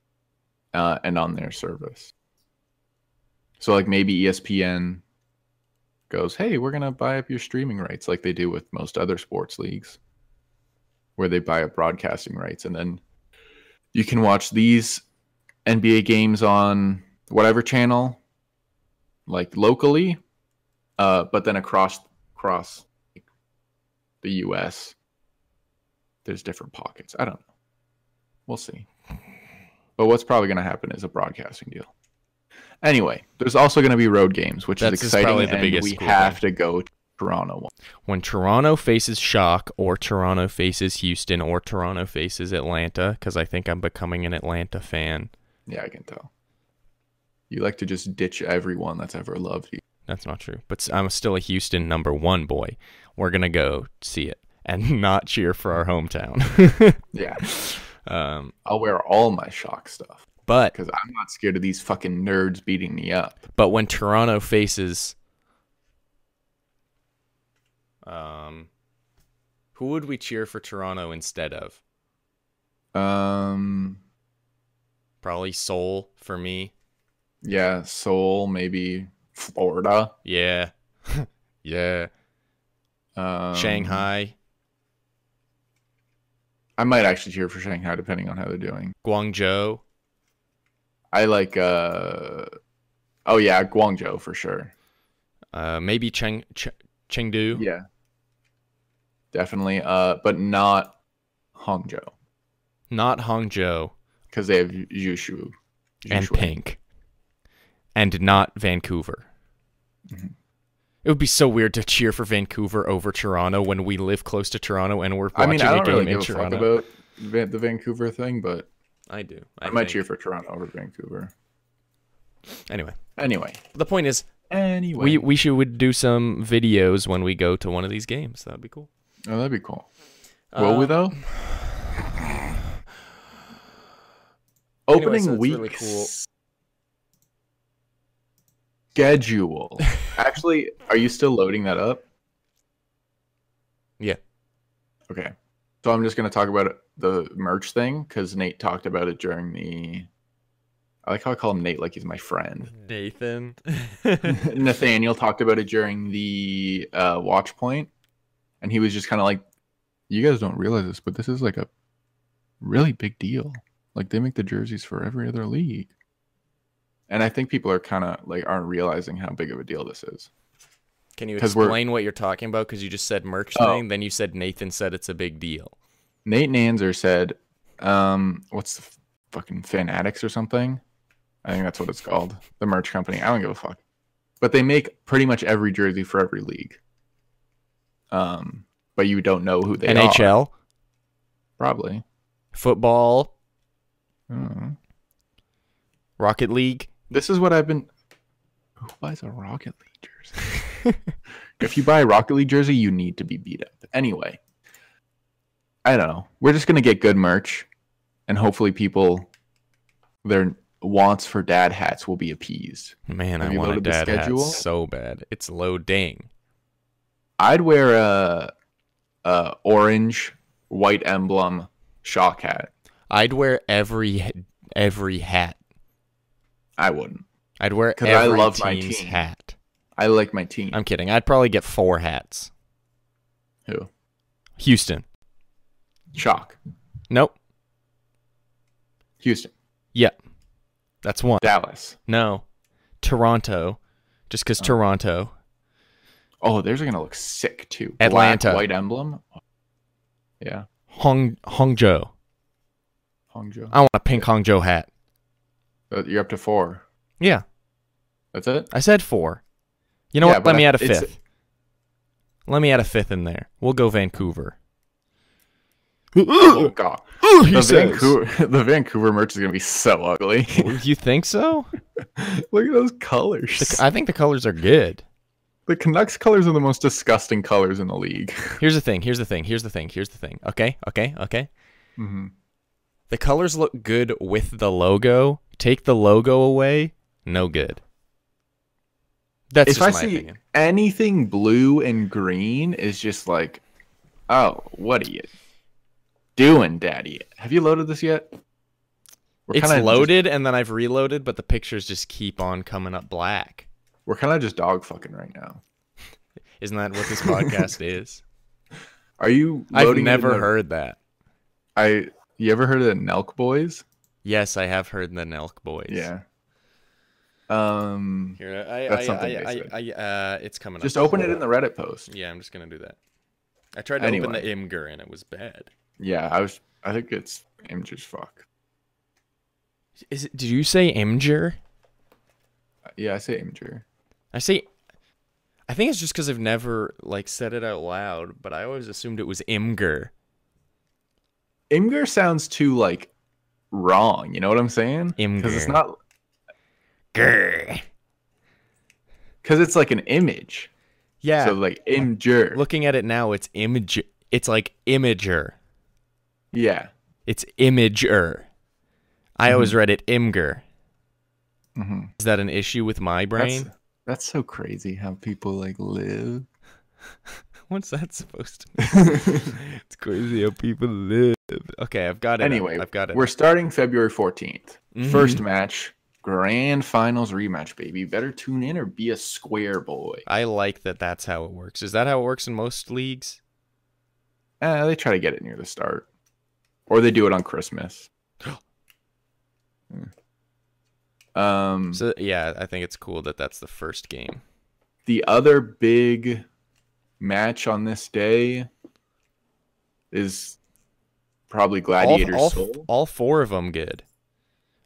[SPEAKER 2] uh, and on their service. So, like, maybe E ESPN goes, hey, we're going to buy up your streaming rights like they do with most other sports leagues, where they buy up broadcasting rights. And then you can watch these NBA games on whatever channel, like locally, uh, but then across across the U.S. There's different pockets. I don't know. We'll see. But what's probably going to happen is a broadcasting deal. Anyway, there's also going to be road games, which
[SPEAKER 1] That's
[SPEAKER 2] is
[SPEAKER 1] just
[SPEAKER 2] exciting,
[SPEAKER 1] probably the
[SPEAKER 2] and
[SPEAKER 1] biggest
[SPEAKER 2] we
[SPEAKER 1] cool
[SPEAKER 2] have to go to Toronto. One.
[SPEAKER 1] When Toronto faces Shock, or Toronto faces Houston, or Toronto faces Atlanta, because I think I'm becoming an Atlanta fan.
[SPEAKER 2] Yeah, I can tell. You like to just ditch everyone that's ever loved you.
[SPEAKER 1] That's not true. But s- I'm still a Houston number one boy. We're gonna go see it and <laughs> not cheer for our
[SPEAKER 2] <laughs>
[SPEAKER 1] hometown.
[SPEAKER 2] Yeah,
[SPEAKER 1] um,
[SPEAKER 2] I'll wear all my shock stuff.
[SPEAKER 1] but
[SPEAKER 2] because I'm not scared of these fucking nerds beating me up.
[SPEAKER 1] but when Toronto faces, um, who would we cheer for Toronto instead of?
[SPEAKER 2] Um,
[SPEAKER 1] Probably Seoul for me.
[SPEAKER 2] yeah, Seoul, maybe Florida,
[SPEAKER 1] Yeah, <laughs> yeah.
[SPEAKER 2] um,
[SPEAKER 1] Shanghai,
[SPEAKER 2] I might actually cheer for Shanghai depending on how they're doing.
[SPEAKER 1] Guangzhou.
[SPEAKER 2] I like, uh, oh yeah, Guangzhou for sure.
[SPEAKER 1] Uh, maybe Cheng Ch- Chengdu.
[SPEAKER 2] Yeah, definitely. Uh, but not Hangzhou
[SPEAKER 1] Not Hangzhou.
[SPEAKER 2] because they have Yushu
[SPEAKER 1] and pink and not Vancouver. It would be so weird to cheer for Vancouver over Toronto when we live close to Toronto and we're
[SPEAKER 2] I
[SPEAKER 1] watching
[SPEAKER 2] mean, I
[SPEAKER 1] a
[SPEAKER 2] don't
[SPEAKER 1] game
[SPEAKER 2] really give
[SPEAKER 1] in
[SPEAKER 2] a fuck
[SPEAKER 1] Toronto.
[SPEAKER 2] about Va- the Vancouver thing, but
[SPEAKER 1] I do.
[SPEAKER 2] I,
[SPEAKER 1] I,
[SPEAKER 2] might
[SPEAKER 1] think.
[SPEAKER 2] cheer for Toronto over Vancouver.
[SPEAKER 1] Anyway,
[SPEAKER 2] Anyway, oh,
[SPEAKER 1] the point is,
[SPEAKER 2] anyway,
[SPEAKER 1] we we should would do some videos when we go to one of these games. That'd be cool.
[SPEAKER 2] oh, that'd be cool. Will we
[SPEAKER 1] Uh,
[SPEAKER 2] though?
[SPEAKER 1] <sighs>
[SPEAKER 2] Opening
[SPEAKER 1] Anyway, so it's
[SPEAKER 2] week
[SPEAKER 1] really cool. <laughs>
[SPEAKER 2] schedule. Actually, are you still loading that up?
[SPEAKER 1] Yeah.
[SPEAKER 2] Okay. So I'm just gonna talk about the merch thing because Nate talked about it during the. I like how I call him Nate, like he's my friend.
[SPEAKER 1] Nathan.
[SPEAKER 2] <laughs> Nathaniel talked about it during the uh, watch point, and he was just kind of like, "You guys don't realize this, but this is like a really big deal. Like they make the jerseys for every other league, and I think people are kind of like aren't realizing how big of a deal this is.
[SPEAKER 1] Can you
[SPEAKER 2] 'Cause we're-
[SPEAKER 1] explain what you're talking about? Because you just said merch
[SPEAKER 2] Oh.
[SPEAKER 1] thing, then you said Nathan said it's a big deal.
[SPEAKER 2] Nate Nanzer said, um, what's the f- fucking fanatics or something? I think that's what it's called. The merch company. I don't give a fuck. But they make pretty much every jersey for every league. Um, but you don't know who they are.
[SPEAKER 1] NHL,
[SPEAKER 2] Probably. Hmm.
[SPEAKER 1] football,
[SPEAKER 2] I don't know.
[SPEAKER 1] Rocket League.
[SPEAKER 2] This is what I've been. Who buys a Rocket League jersey? <laughs> if you buy a Rocket League jersey, you need to be beat up. Anyway, I don't know. We're just gonna get good merch, and hopefully, people their wants for dad hats will be appeased.
[SPEAKER 1] Man,
[SPEAKER 2] Have
[SPEAKER 1] I
[SPEAKER 2] you
[SPEAKER 1] want a
[SPEAKER 2] loaded the
[SPEAKER 1] dad hat
[SPEAKER 2] schedule?
[SPEAKER 1] so bad. It's low dang.
[SPEAKER 2] I'd wear a, a orange white emblem shock hat.
[SPEAKER 1] I'd wear every every hat.
[SPEAKER 2] I wouldn't.
[SPEAKER 1] I'd wear
[SPEAKER 2] 'Cause
[SPEAKER 1] every
[SPEAKER 2] I love my
[SPEAKER 1] team's
[SPEAKER 2] team.
[SPEAKER 1] hat.
[SPEAKER 2] I like my team.
[SPEAKER 1] I'm kidding. I'd probably get four hats.
[SPEAKER 2] Who?
[SPEAKER 1] Houston.
[SPEAKER 2] Shock.
[SPEAKER 1] Nope.
[SPEAKER 2] Houston.
[SPEAKER 1] Yeah. That's one.
[SPEAKER 2] Dallas.
[SPEAKER 1] No. Toronto. Just because Toronto.
[SPEAKER 2] Oh, theirs are gonna look sick too.
[SPEAKER 1] Atlanta.
[SPEAKER 2] Black, white emblem. Yeah.
[SPEAKER 1] Hong Hongjo.
[SPEAKER 2] Hangzhou.
[SPEAKER 1] I want a pink Hongjo hat.
[SPEAKER 2] Uh, You're up to four.
[SPEAKER 1] Yeah.
[SPEAKER 2] That's <gasps> it.
[SPEAKER 1] I said four. You know
[SPEAKER 2] Yeah,
[SPEAKER 1] what?
[SPEAKER 2] but
[SPEAKER 1] Let me
[SPEAKER 2] I-
[SPEAKER 1] add a
[SPEAKER 2] it's-
[SPEAKER 1] fifth. Let me add a fifth in there. We'll go
[SPEAKER 2] <gasps>
[SPEAKER 1] Vancouver.
[SPEAKER 2] Oh god. The
[SPEAKER 1] says.
[SPEAKER 2] Vancouver, <laughs> the Vancouver merch is gonna be so ugly.
[SPEAKER 1] <laughs> You think so?
[SPEAKER 2] <laughs> Look at those colors.
[SPEAKER 1] The-
[SPEAKER 2] The,
[SPEAKER 1] I think the colors are good.
[SPEAKER 2] Canucks colors are the most disgusting colors in the league. <laughs>
[SPEAKER 1] Here's the thing. Here's the thing. Here's the thing. Here's the thing. Okay. Okay. Okay.
[SPEAKER 2] hmm
[SPEAKER 1] The colors look good with the logo. Take the logo away. No good. That's
[SPEAKER 2] If
[SPEAKER 1] just
[SPEAKER 2] I
[SPEAKER 1] my
[SPEAKER 2] see
[SPEAKER 1] opinion.
[SPEAKER 2] anything blue and green, is just like, oh, what are you doing, Daddy? Have you loaded this yet? We're
[SPEAKER 1] It's
[SPEAKER 2] kinda just-
[SPEAKER 1] loaded and then I've reloaded, but the pictures just keep on coming up black.
[SPEAKER 2] we're kind of just dog fucking right now.
[SPEAKER 1] Isn't that what
[SPEAKER 2] <laughs>
[SPEAKER 1] this podcast is?
[SPEAKER 2] Are you?
[SPEAKER 1] I've
[SPEAKER 2] loading it in
[SPEAKER 1] never
[SPEAKER 2] the-
[SPEAKER 1] heard that.
[SPEAKER 2] I. You ever heard of the Nelk Boys?
[SPEAKER 1] Yes, I have heard the Nelk Boys.
[SPEAKER 2] Yeah. Um.
[SPEAKER 1] Here, I,
[SPEAKER 2] That's
[SPEAKER 1] I,
[SPEAKER 2] something
[SPEAKER 1] I,
[SPEAKER 2] they
[SPEAKER 1] I,
[SPEAKER 2] said.
[SPEAKER 1] I, uh, it's coming
[SPEAKER 2] Just
[SPEAKER 1] up.
[SPEAKER 2] open it in the Reddit post.
[SPEAKER 1] Yeah, I'm just gonna do that. I tried to open
[SPEAKER 2] Anyway.
[SPEAKER 1] the Imgur and it was bad.
[SPEAKER 2] Yeah, I was. I think it's Imger's fuck.
[SPEAKER 1] Is it? Did you say Imgur?
[SPEAKER 2] Yeah, I say Imger.
[SPEAKER 1] I say. I think it's just because I've never like said it out loud, but I always assumed it was Imgur.
[SPEAKER 2] Imger sounds too like wrong. You know what I'm saying? Because
[SPEAKER 1] Imgur.
[SPEAKER 2] it's not.
[SPEAKER 3] Grr.
[SPEAKER 2] Because it's like an image.
[SPEAKER 1] Yeah.
[SPEAKER 2] So like Imger.
[SPEAKER 1] looking at it now, it's image. It's like Imager.
[SPEAKER 2] Yeah.
[SPEAKER 1] It's Imager.
[SPEAKER 2] Mm-hmm.
[SPEAKER 1] I always read it Imgur.
[SPEAKER 2] hmm
[SPEAKER 1] Is that an issue with my brain?
[SPEAKER 2] That's, <laughs> that's so crazy how people like live.
[SPEAKER 1] What's that supposed to mean? <laughs> it's crazy how people live. Okay, I've got it. up.
[SPEAKER 2] anyway,
[SPEAKER 1] I've got it.
[SPEAKER 2] We're starting February 14th.
[SPEAKER 1] Mhm.
[SPEAKER 2] First match, grand finals rematch, baby. Better tune in or be a square boy.
[SPEAKER 1] I like that that's how it works. Is that how it works in most leagues?
[SPEAKER 2] Uh, they try to get it near the start, or they do it
[SPEAKER 1] <gasps>
[SPEAKER 2] on Christmas. Mm. um,
[SPEAKER 1] So yeah, I think it's cool that that's the first game.
[SPEAKER 2] the other big match on this day is probably Gladiator
[SPEAKER 1] all, all,
[SPEAKER 2] Soul.
[SPEAKER 1] all four of them good.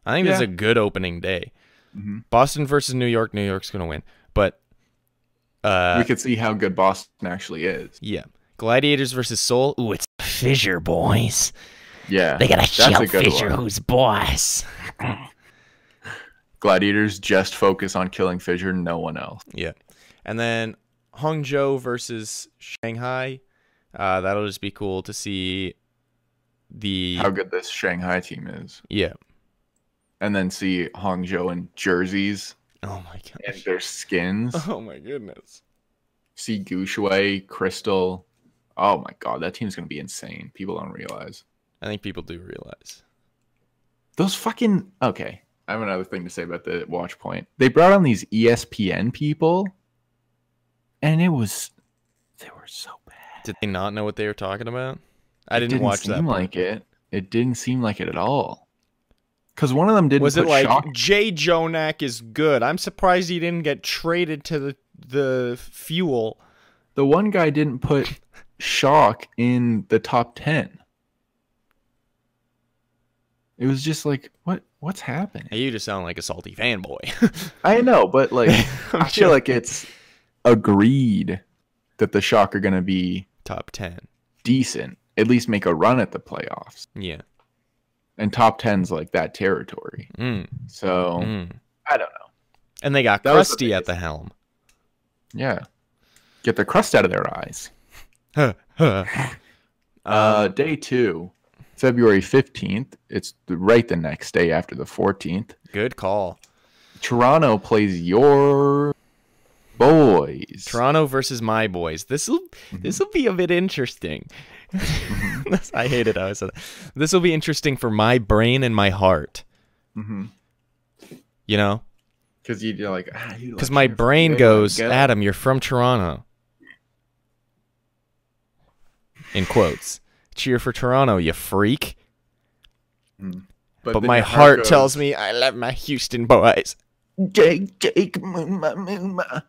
[SPEAKER 1] I think
[SPEAKER 2] Yeah.
[SPEAKER 1] that's a good opening day.
[SPEAKER 2] Mhm.
[SPEAKER 1] Boston versus New York. New York's gonna win, but uh,
[SPEAKER 2] we could see how good Boston actually is.
[SPEAKER 1] yeah, Gladiators versus Soul. Ooh, it's
[SPEAKER 3] Fisher boys.
[SPEAKER 2] Yeah,
[SPEAKER 3] They gotta
[SPEAKER 2] that's
[SPEAKER 3] show
[SPEAKER 2] a good
[SPEAKER 3] Fisher
[SPEAKER 2] one.
[SPEAKER 3] who's boss.
[SPEAKER 2] Gladiators just focus on killing Fisher, no one else.
[SPEAKER 1] Yeah. And then Hangzhou versus Shanghai. Uh, that'll just be cool to see the
[SPEAKER 2] How good this Shanghai team is,
[SPEAKER 1] yeah.
[SPEAKER 2] and then see Hangzhou in jerseys
[SPEAKER 1] Oh my
[SPEAKER 2] and
[SPEAKER 1] gosh.
[SPEAKER 2] their
[SPEAKER 1] <laughs>
[SPEAKER 2] skins.
[SPEAKER 3] Uh-huh.
[SPEAKER 1] Oh my goodness.
[SPEAKER 2] see Gouchouet, Crystal. Oh my god, that team's gonna be insane. People don't realize
[SPEAKER 1] I think people do realize.
[SPEAKER 2] those fucking. Okay, I have another thing to say about the watch point. They brought on these E ESPN people, and it was they were so bad.
[SPEAKER 1] Did they not know what they were talking about? I
[SPEAKER 2] It
[SPEAKER 1] didn't, watch
[SPEAKER 2] seem
[SPEAKER 1] that. part.
[SPEAKER 2] like it. It didn't seem like it at all. Because one of them didn't.
[SPEAKER 1] Was it
[SPEAKER 2] put
[SPEAKER 1] like
[SPEAKER 2] shock-
[SPEAKER 1] Jay Jonak is good? I'm surprised he didn't get traded to the the fuel.
[SPEAKER 2] the one guy didn't put shock in the top ten? It was just like what What's happening?
[SPEAKER 1] Hey, you just sound like a salty fanboy. <laughs>
[SPEAKER 2] I know, but like <laughs>
[SPEAKER 1] I'm
[SPEAKER 2] I feel like it's agreed that the Shock are going to be
[SPEAKER 1] top ten.
[SPEAKER 2] decent, at least make a run at the playoffs.
[SPEAKER 1] Yeah.
[SPEAKER 2] And top 10's like that territory.
[SPEAKER 1] Mm,
[SPEAKER 2] So,
[SPEAKER 1] mm.
[SPEAKER 2] I don't know.
[SPEAKER 1] And they got
[SPEAKER 2] That was the
[SPEAKER 1] Krusty at
[SPEAKER 2] biggest-
[SPEAKER 1] the helm.
[SPEAKER 2] Yeah. Get the crust out of their eyes.
[SPEAKER 1] Huh, huh. Um,
[SPEAKER 2] Uh, day two, February 15th. It's the, right the next day after the 14th.
[SPEAKER 1] Good call.
[SPEAKER 2] Toronto plays your boys.
[SPEAKER 1] Toronto versus my boys. This will
[SPEAKER 2] Mm-hmm.
[SPEAKER 1] this will be a bit interesting. <laughs> I hated how I said that. This will be interesting for my brain and my heart.
[SPEAKER 2] Mhm.
[SPEAKER 1] You know,
[SPEAKER 2] Because you're like, ah, you
[SPEAKER 1] because
[SPEAKER 2] like
[SPEAKER 1] my
[SPEAKER 2] your
[SPEAKER 1] brain
[SPEAKER 2] favorite
[SPEAKER 1] goes,
[SPEAKER 2] guy.
[SPEAKER 1] Adam, you're from Toronto. In quotes, cheer for Toronto, you freak. But,
[SPEAKER 2] then
[SPEAKER 1] my
[SPEAKER 2] your
[SPEAKER 1] heart,
[SPEAKER 2] goes,
[SPEAKER 1] tells me I love my Houston boys. <laughs>
[SPEAKER 2] Jake, Jake, Mooma, Mooma.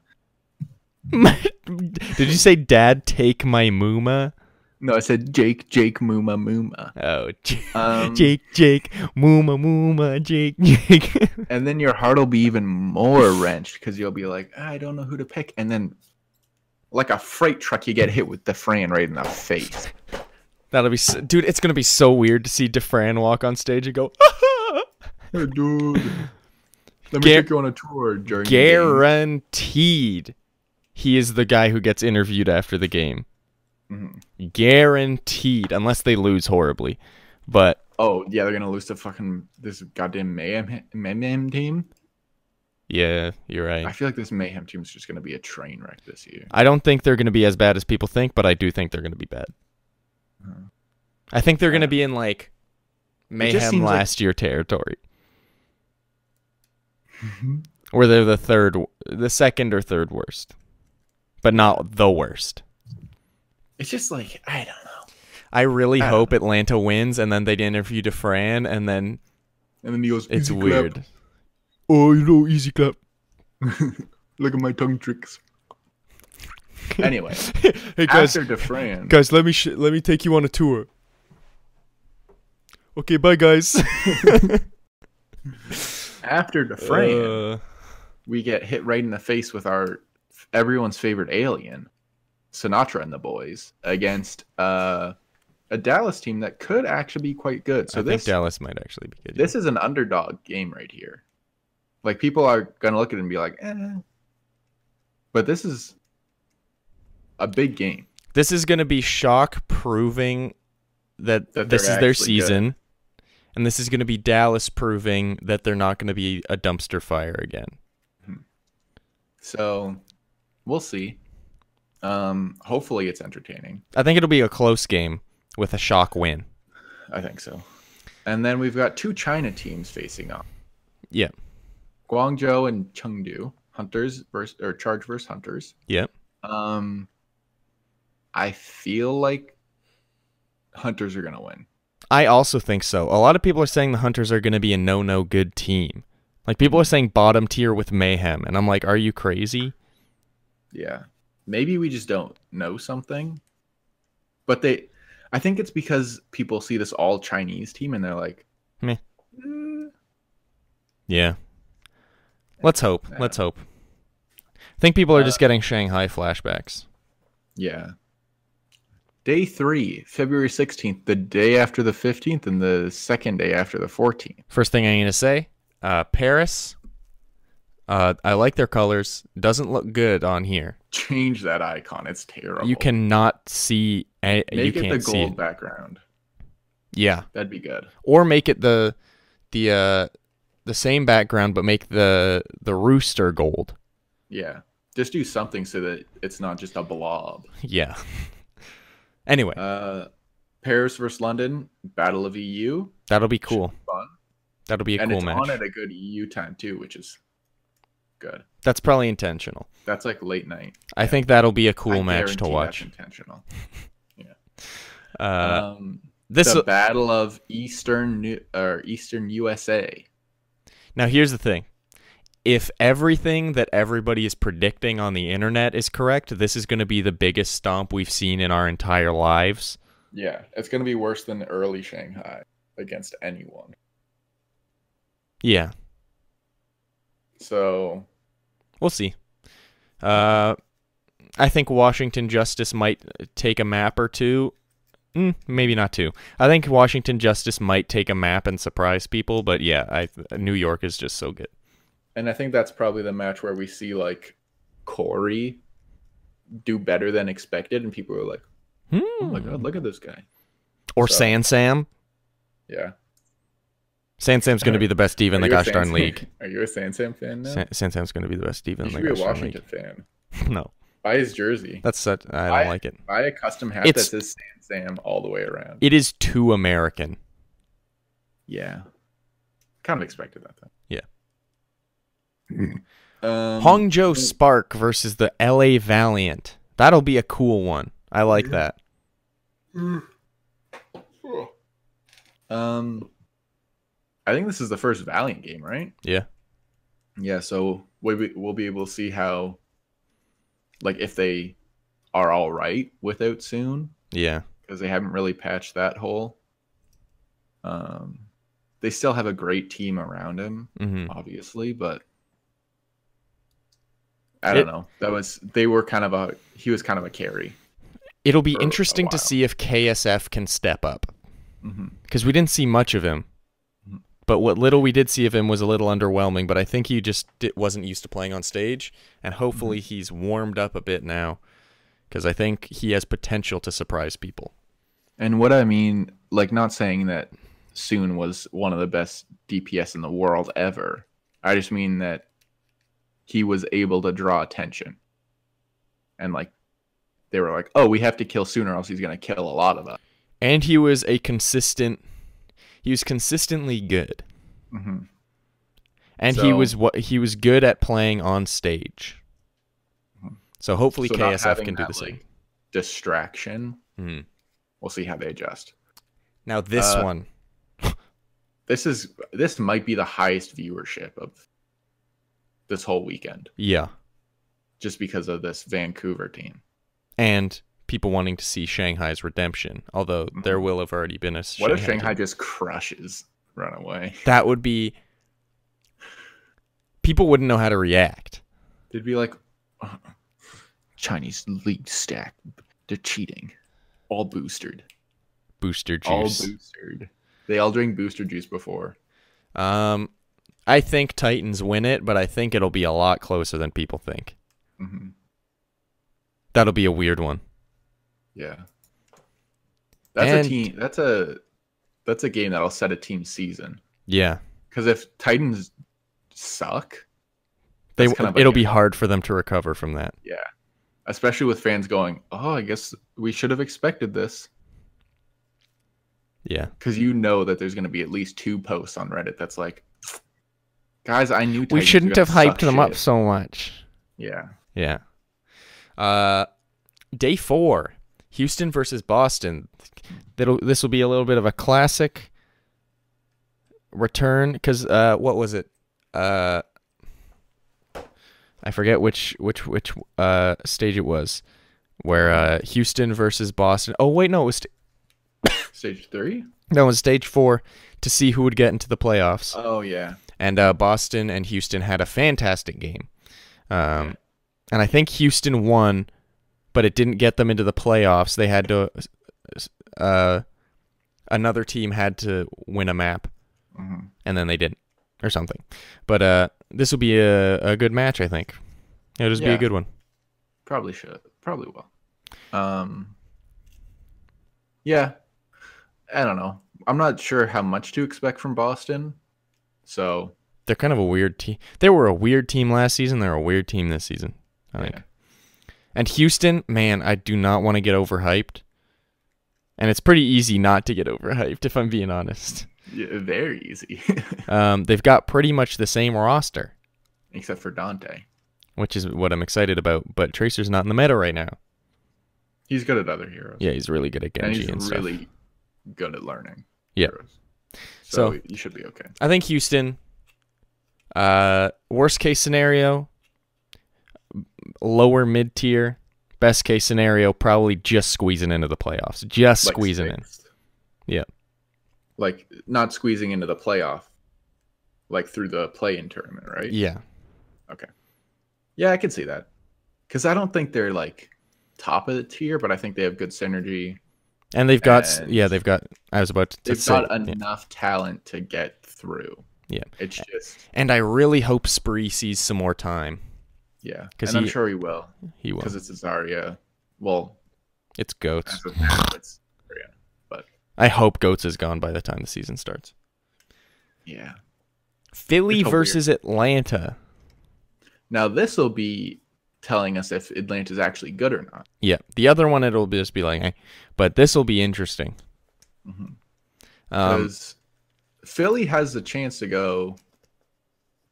[SPEAKER 1] Did you say, Dad, take my Mooma?
[SPEAKER 2] No, I said Jake, Jake, Mooma, Mooma.
[SPEAKER 1] Oh, <laughs> j-
[SPEAKER 2] Um,
[SPEAKER 1] Jake, Jake, Mooma, Mooma, Jake, Jake. <laughs>
[SPEAKER 2] And then your heart will be even more wrenched because you'll be like, I don't know who to pick. And then, like a freight truck, you get hit with the Fran right in the face.
[SPEAKER 1] That'll be, so, dude. It's gonna be so weird to see DeFran walk on stage and go, <laughs>
[SPEAKER 2] Hey, dude. Let me
[SPEAKER 1] Gar-
[SPEAKER 2] take you on a tour during the game.
[SPEAKER 1] guaranteed, he is the guy who gets interviewed after the game. Mm-hmm. Guaranteed, unless they lose horribly. But
[SPEAKER 2] Oh yeah, they're gonna lose to fucking this goddamn mayhem mayhem team.
[SPEAKER 1] yeah, you're right.
[SPEAKER 2] I feel like this mayhem team's just gonna be a train wreck this year.
[SPEAKER 1] I don't think they're going to be as bad as people think, but I do think they're going to be bad.
[SPEAKER 2] Hmm.
[SPEAKER 1] I think they're going to be in like mayhem
[SPEAKER 2] seems like-
[SPEAKER 1] last year territory. Mm-hmm. Where they're the third, the second or third worst, but not the worst.
[SPEAKER 2] It's just like I don't know.
[SPEAKER 1] I really
[SPEAKER 2] I don't
[SPEAKER 1] hope Atlanta wins and then they'd interview DeFran and then
[SPEAKER 2] And then he goes,
[SPEAKER 1] it's
[SPEAKER 2] "Easy clap.
[SPEAKER 1] weird.
[SPEAKER 2] Oh, you know, easy clap. <laughs> Look at my tongue
[SPEAKER 1] <laughs>
[SPEAKER 2] tricks. anyway,
[SPEAKER 1] hey
[SPEAKER 2] after DeFran,
[SPEAKER 1] guys, let me sh- let me take you on a tour. Okay, bye
[SPEAKER 2] <laughs>
[SPEAKER 1] guys.
[SPEAKER 2] after DeFran,
[SPEAKER 1] Uh,
[SPEAKER 2] we get hit right in the face with our everyone's favorite alien, Sinatra and the Boys, against uh, a Dallas team that could actually be quite good. So
[SPEAKER 1] I
[SPEAKER 2] this
[SPEAKER 1] think Dallas might actually be good.
[SPEAKER 2] this is an underdog game right here. Like people are gonna look at it and be like, eh. But this is a big game.
[SPEAKER 1] This is going to be shock proving that,
[SPEAKER 2] That
[SPEAKER 1] this
[SPEAKER 2] they're
[SPEAKER 1] is their
[SPEAKER 2] actually good.
[SPEAKER 1] season. And this is going to be Dallas proving that they're not going to be a dumpster fire again.
[SPEAKER 2] So we'll see. Um hopefully it's entertaining.
[SPEAKER 1] I think it'll be a close game with a shock win.
[SPEAKER 2] I think so. And then we've got two China teams facing off.
[SPEAKER 1] Yeah.
[SPEAKER 2] Guangzhou and Chengdu. Hunters versus or Charge versus Hunters.
[SPEAKER 1] Yep.
[SPEAKER 2] Um I feel like Hunters are gonna win.
[SPEAKER 1] I also think so. A lot of people are saying the Hunters are going to be a no no good team. Like people are saying bottom tier with mayhem and I'm like, "Are you crazy?"
[SPEAKER 2] Yeah. Maybe we just don't know something. But they I think it's because people see this all Chinese team and they're like,
[SPEAKER 1] Meh.
[SPEAKER 2] "Mm,
[SPEAKER 1] Yeah. Let's hope. Let's hope. I think people
[SPEAKER 2] Uh,
[SPEAKER 1] are just getting Shanghai flashbacks.
[SPEAKER 2] yeah. Day three, February 16th, the day after the 15th and the second day after the 14th.
[SPEAKER 1] First thing I'm gonna say, uh, Paris. Uh, I like their colors. Doesn't look good on here.
[SPEAKER 2] Change that icon. It's terrible.
[SPEAKER 1] You cannot see. a- you
[SPEAKER 2] make it the
[SPEAKER 1] can't see.
[SPEAKER 2] gold
[SPEAKER 1] It.
[SPEAKER 2] background.
[SPEAKER 1] Yeah,
[SPEAKER 2] That'd be good.
[SPEAKER 1] or make it the the uh, the same background, but make the the rooster gold. <laughs>
[SPEAKER 2] Yeah. Just do something so that it's not just a blob.
[SPEAKER 1] Yeah. anyway,
[SPEAKER 2] Uh Paris versus London, Battle of EU.
[SPEAKER 1] that'll be cool.
[SPEAKER 2] Fun.
[SPEAKER 1] That'll be a
[SPEAKER 2] and
[SPEAKER 1] cool
[SPEAKER 2] it's
[SPEAKER 1] match.
[SPEAKER 2] on at a good EU time too, which is good.
[SPEAKER 1] That's probably intentional.
[SPEAKER 2] That's like late night.
[SPEAKER 1] I think that'll be a cool
[SPEAKER 2] I
[SPEAKER 1] match to
[SPEAKER 2] guarantee That's
[SPEAKER 1] watch.
[SPEAKER 2] intentional.
[SPEAKER 1] Uh,
[SPEAKER 2] um,
[SPEAKER 1] this
[SPEAKER 2] the Battle of Eastern New or Eastern USA.
[SPEAKER 1] Now, here's the thing. If everything that everybody is predicting on the internet is correct, this is going to be the biggest stomp we've seen in our entire lives.
[SPEAKER 2] Yeah, it's gonna be worse than early Shanghai against anyone.
[SPEAKER 1] Yeah,
[SPEAKER 2] So
[SPEAKER 1] we'll see. Uh, I think Washington Justice might uh, take a map or two. Mm, maybe not two. I think Washington Justice might take a map and surprise people, but yeah, I New York is just so good.
[SPEAKER 2] and I think that's probably the match where we see like Corey do better than expected, and people are like, "Oh my god, look at this guy!"
[SPEAKER 1] Or
[SPEAKER 2] So-
[SPEAKER 1] San Sam.
[SPEAKER 2] Yeah,
[SPEAKER 1] San Sam's going to be the best diva in
[SPEAKER 2] Are
[SPEAKER 1] the
[SPEAKER 2] you a
[SPEAKER 1] gosh
[SPEAKER 2] San
[SPEAKER 1] darn
[SPEAKER 2] Sam-
[SPEAKER 1] league.
[SPEAKER 2] <laughs> Are you a San Sam fan now?
[SPEAKER 1] San, San Sam's going to be the best diva
[SPEAKER 2] you
[SPEAKER 1] in the
[SPEAKER 2] should be a
[SPEAKER 1] gosh darn league.
[SPEAKER 2] Washington fan.
[SPEAKER 1] <laughs> No,
[SPEAKER 2] Buy his jersey.
[SPEAKER 1] that's such. I don't
[SPEAKER 2] I-
[SPEAKER 1] like it.
[SPEAKER 2] Buy a custom hat
[SPEAKER 1] It's-
[SPEAKER 2] that says San Sam all the way around.
[SPEAKER 1] It is too American.
[SPEAKER 2] yeah, kind of expected that
[SPEAKER 1] Yeah.
[SPEAKER 2] though. Yeah. um,
[SPEAKER 1] Hangzhou Spark versus the LA Valiant. That'll be a cool one. I like that.
[SPEAKER 2] Um, I think this is the first Valiant game, right?
[SPEAKER 1] Yeah.
[SPEAKER 2] Yeah, so we'll be, we'll be able to see how, like, if they are all right without soon
[SPEAKER 1] Yeah.
[SPEAKER 2] because they haven't really patched that hole. Um, they still have a great team around him,
[SPEAKER 1] hmm
[SPEAKER 2] obviously, but I don't
[SPEAKER 1] It-
[SPEAKER 2] know. That was they were kind of a he was kind of a carry.
[SPEAKER 1] It'll be
[SPEAKER 2] For a
[SPEAKER 1] interesting to
[SPEAKER 2] while.
[SPEAKER 1] see if KSF can step up
[SPEAKER 2] hmm
[SPEAKER 1] because we didn't see much of him.
[SPEAKER 2] Mhm.
[SPEAKER 1] But what little we did see of him was a little underwhelming. But I think he just di wasn't used to playing on stage, and hopefully
[SPEAKER 2] Mm-hmm.
[SPEAKER 1] he's warmed up a bit now, because I think he has potential to surprise people.
[SPEAKER 2] And what I mean, like, not saying that Soon was one of the best DPS in the world ever. I just mean that he was able to draw attention. And, like, they were like, oh, we have to kill Soon or else he's going to kill a lot of us.
[SPEAKER 1] And he was a consistent. He was consistently good.
[SPEAKER 2] Mm-hmm.
[SPEAKER 1] and he
[SPEAKER 2] So-
[SPEAKER 1] was what he was good at playing on stage. So hopefully
[SPEAKER 2] So not
[SPEAKER 1] KSF
[SPEAKER 2] having
[SPEAKER 1] can do
[SPEAKER 2] that,
[SPEAKER 1] the same.
[SPEAKER 2] like- Distraction.
[SPEAKER 1] Mhm.
[SPEAKER 2] We'll see how they adjust.
[SPEAKER 1] Now this
[SPEAKER 2] uh,
[SPEAKER 1] one,
[SPEAKER 2] This is this might be the highest viewership of this whole weekend
[SPEAKER 1] yeah,
[SPEAKER 2] just because of this Vancouver team.
[SPEAKER 1] and people wanting to see Shanghai's redemption, although there will have already been a
[SPEAKER 2] Mm-hmm. What
[SPEAKER 1] Shanghai.
[SPEAKER 2] if Shanghai
[SPEAKER 1] team.
[SPEAKER 2] just crushes Runaway?
[SPEAKER 1] That would be. People wouldn't know how to react.
[SPEAKER 2] They'd be like, "Uh, Chinese league stack. They're cheating. All boostered.
[SPEAKER 1] Booster
[SPEAKER 2] All
[SPEAKER 1] juice.
[SPEAKER 2] boostered. They all drink booster juice before.
[SPEAKER 1] um, I think Titans win it, but I think it'll be a lot closer than people think.
[SPEAKER 2] hmm
[SPEAKER 1] That'll be a weird one.
[SPEAKER 2] Yeah. That's
[SPEAKER 1] And-
[SPEAKER 2] a team. That's a that's a game that'll set a team season.
[SPEAKER 1] Yeah,
[SPEAKER 2] Because if Titans suck,
[SPEAKER 1] they
[SPEAKER 2] That's kind of like
[SPEAKER 1] it'll
[SPEAKER 2] a-
[SPEAKER 1] be hard for them to recover from that.
[SPEAKER 2] especially with fans going, "Oh, I guess we should have expected this,"
[SPEAKER 1] Yeah.
[SPEAKER 2] because you know that there's going to be at least two posts on Reddit that's like, "Guys, I knew Titans
[SPEAKER 3] We
[SPEAKER 2] were
[SPEAKER 3] shouldn't
[SPEAKER 2] gonna
[SPEAKER 3] have hyped
[SPEAKER 2] suck
[SPEAKER 3] them up
[SPEAKER 2] shit."
[SPEAKER 3] so much.
[SPEAKER 2] Yeah.
[SPEAKER 1] Yeah. Uh, day four, Houston versus Boston. That'll this will be a little bit of a classic return because uh, what was it? Uh, I forget which which which uh stage it was, where uh Houston versus Boston. Oh wait, no, it was st-
[SPEAKER 2] Stage three.
[SPEAKER 1] no, it was stage four to see who would get into the playoffs
[SPEAKER 2] Oh yeah.
[SPEAKER 1] and uh, Boston and Houston had a fantastic game. Um, and I think Houston won, but it didn't get them into the playoffs. They had to, uh, another team had to win a map,
[SPEAKER 2] Mhm.
[SPEAKER 1] and then they didn't, or something. But uh, this will be a, a good match, I think. It'll just be a
[SPEAKER 2] Yeah.
[SPEAKER 1] good one.
[SPEAKER 2] Probably should. Probably will. Um. Yeah. I don't know. I'm not sure how much to expect from Boston. So
[SPEAKER 1] They're kind of a weird team. They were a weird team last season. They're a weird team this season. I think.
[SPEAKER 2] yeah.
[SPEAKER 1] And Houston, man, I do not want to get overhyped. And it's pretty easy not to get overhyped, if I'm being
[SPEAKER 2] <laughs>
[SPEAKER 1] honest.
[SPEAKER 2] Yeah, very easy, <laughs>
[SPEAKER 1] Um, they've got pretty much the same roster,
[SPEAKER 2] except for Dante.
[SPEAKER 1] which is what I'm excited about. But Tracer's not in the meta right now.
[SPEAKER 2] He's good at other heroes.
[SPEAKER 1] Yeah, he's really good at
[SPEAKER 2] and
[SPEAKER 1] Genji
[SPEAKER 2] he's
[SPEAKER 1] and, stuff.
[SPEAKER 2] really good at learning.
[SPEAKER 1] Yeah.
[SPEAKER 2] heroes. So,
[SPEAKER 1] So-
[SPEAKER 2] you should be okay.
[SPEAKER 1] I think Houston. Uh, worst case scenario, lower mid tier. Best case scenario, probably just squeezing into the playoffs. Just squeezing in.
[SPEAKER 2] sixth.
[SPEAKER 1] Yeah.
[SPEAKER 2] Like not squeezing into the playoff like through the play-in tournament, right?
[SPEAKER 1] Yeah.
[SPEAKER 2] Yeah, I can see that. Because I don't think they're like top of the tier, but I think they have good synergy.
[SPEAKER 1] And they've got s
[SPEAKER 2] And-
[SPEAKER 1] yeah, they've got I was about to
[SPEAKER 2] They've
[SPEAKER 1] say
[SPEAKER 2] got
[SPEAKER 1] yeah.
[SPEAKER 2] enough talent to get through.
[SPEAKER 1] Yeah.
[SPEAKER 2] It's just,
[SPEAKER 1] And I really hope Spree sees some more time.
[SPEAKER 2] yeah.
[SPEAKER 1] 'Cause
[SPEAKER 2] And I'm
[SPEAKER 1] he-
[SPEAKER 2] sure he will.
[SPEAKER 1] He will.
[SPEAKER 2] Because it's Azaria. Well,
[SPEAKER 1] It's Goats. <laughs>
[SPEAKER 2] as of now, it's Zarya.
[SPEAKER 1] I hope Goats is gone by the time the season starts.
[SPEAKER 2] Yeah.
[SPEAKER 1] Philly
[SPEAKER 2] It's all
[SPEAKER 1] versus Atlanta.
[SPEAKER 2] Now, this will be telling us if Atlanta's actually good or not.
[SPEAKER 1] Yeah. The other one it'll be- just be like, eh. but this will be interesting.
[SPEAKER 2] Mhm.
[SPEAKER 1] Um,
[SPEAKER 2] Because Philly has the chance to go,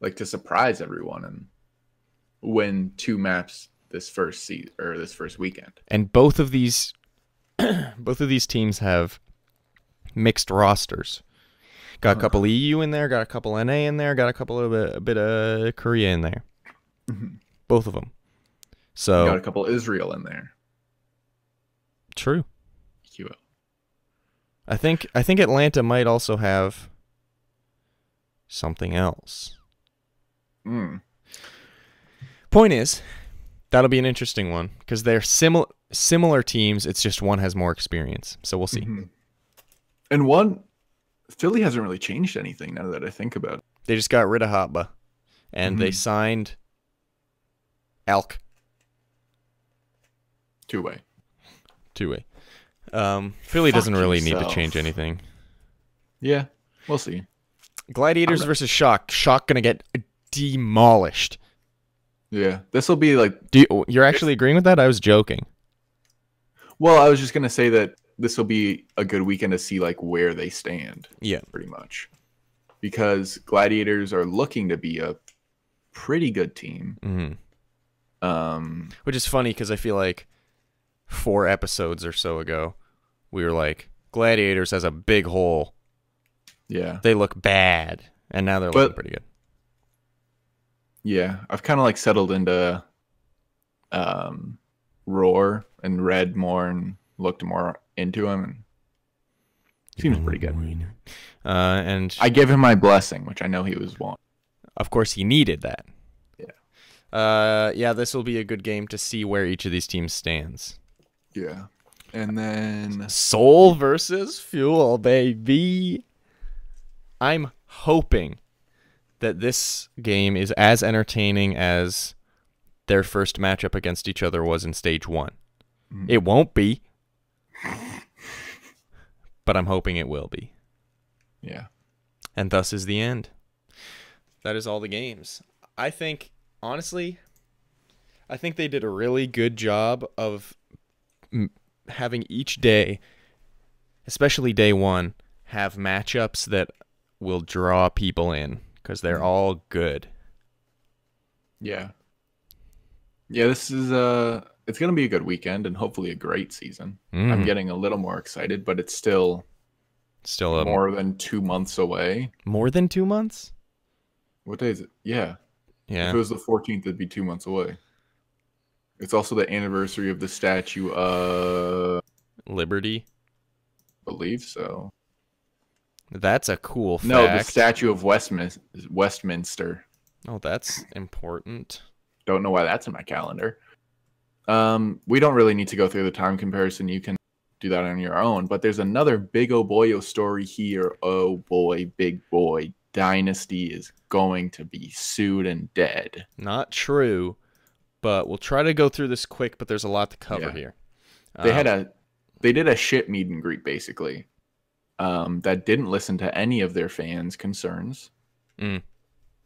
[SPEAKER 2] like, to surprise everyone and win two maps this first season or this first weekend.
[SPEAKER 1] and both of these <clears throat> both of these teams have mixed rosters. Got a couple EU in there, got a couple NA in there, got a couple of a, a bit of Korea in there.
[SPEAKER 2] Mhm.
[SPEAKER 1] Both of them.
[SPEAKER 2] You Got
[SPEAKER 1] So
[SPEAKER 2] a couple Israel in there.
[SPEAKER 1] true.
[SPEAKER 2] QL.
[SPEAKER 1] I think I think Atlanta might also have something else.
[SPEAKER 2] Mm.
[SPEAKER 1] Point is, that'll be an interesting one because they're similar similar teams. It's just one has more experience. So we'll see.
[SPEAKER 2] Mhm. And one, Philly hasn't really changed anything now that I think about it.
[SPEAKER 1] They just got rid of Hotba, and they
[SPEAKER 2] Mhm.
[SPEAKER 1] signed Alk
[SPEAKER 2] Two way.
[SPEAKER 1] two way. Um, Philly
[SPEAKER 2] Fuck
[SPEAKER 1] doesn't really need
[SPEAKER 2] yourself.
[SPEAKER 1] to change anything.
[SPEAKER 2] Yeah, we'll see.
[SPEAKER 1] Gladiators
[SPEAKER 2] I'm-
[SPEAKER 1] versus Shock. Shock gonna get demolished.
[SPEAKER 2] Yeah, this will be like.
[SPEAKER 1] Do you, Oh, you're actually agreeing with that? I was joking.
[SPEAKER 2] Well, I was just gonna say that this will be a good weekend to see like where they stand,
[SPEAKER 1] Yeah.
[SPEAKER 2] pretty much, because Gladiators are looking to be a pretty good team.
[SPEAKER 1] hmm
[SPEAKER 2] Um,
[SPEAKER 1] Which is funny because I feel like four episodes or so ago, we were like, Gladiators has a big hole.
[SPEAKER 2] yeah,
[SPEAKER 1] They look bad. And now they're
[SPEAKER 2] But-
[SPEAKER 1] looking pretty good.
[SPEAKER 2] yeah. I've kind of like settled into, um, Roar and read more and looked more into him and seems pretty good.
[SPEAKER 1] Uh, and
[SPEAKER 2] I give him my blessing, which I know he was want.
[SPEAKER 1] of course, he needed that. Yeah. Uh, yeah, this will be a good game to see where each of these teams stands.
[SPEAKER 2] Yeah. And then
[SPEAKER 1] Soul versus Fuel, baby. I'm hoping that this game is as entertaining as their first matchup against each other was in stage one.
[SPEAKER 2] Mhm.
[SPEAKER 1] It won't be, but I'm hoping it will be.
[SPEAKER 2] yeah,
[SPEAKER 1] And thus is the end. That is all the games. I think, honestly, I think they did a really good job of m- having each day, especially day one, have matchups that will draw people in because they're all good.
[SPEAKER 2] yeah, yeah. This is uh it's gonna be a good weekend and hopefully a great season. I'm
[SPEAKER 1] Mhm.
[SPEAKER 2] getting a little more excited, but it's still
[SPEAKER 1] Still a, more.
[SPEAKER 2] more than two months away.
[SPEAKER 1] than two months?
[SPEAKER 2] What day is it? Yeah, if it
[SPEAKER 1] Yeah.
[SPEAKER 2] was the 14th, it'd be two months away. It's also the anniversary of the statue. Uh,
[SPEAKER 1] Liberty.
[SPEAKER 2] believe so.
[SPEAKER 1] That's a cool fact.
[SPEAKER 2] No, the statue of Westminster. Westminster.
[SPEAKER 1] oh, that's important.
[SPEAKER 2] Don't know why that's in my calendar. Um, we don't really need to go through the time comparison. You can do that on your own. But there's another big oh boy oh story here. Oh boy, big boy, dynasty is going to be sued and dead.
[SPEAKER 1] Not true, but we'll try to go through this quick, but there's a lot to cover
[SPEAKER 2] Yeah.
[SPEAKER 1] here. Um,
[SPEAKER 2] They had a, they did a shit meet and greet basically, um, that didn't listen to any of their fans' concerns.
[SPEAKER 1] Mm.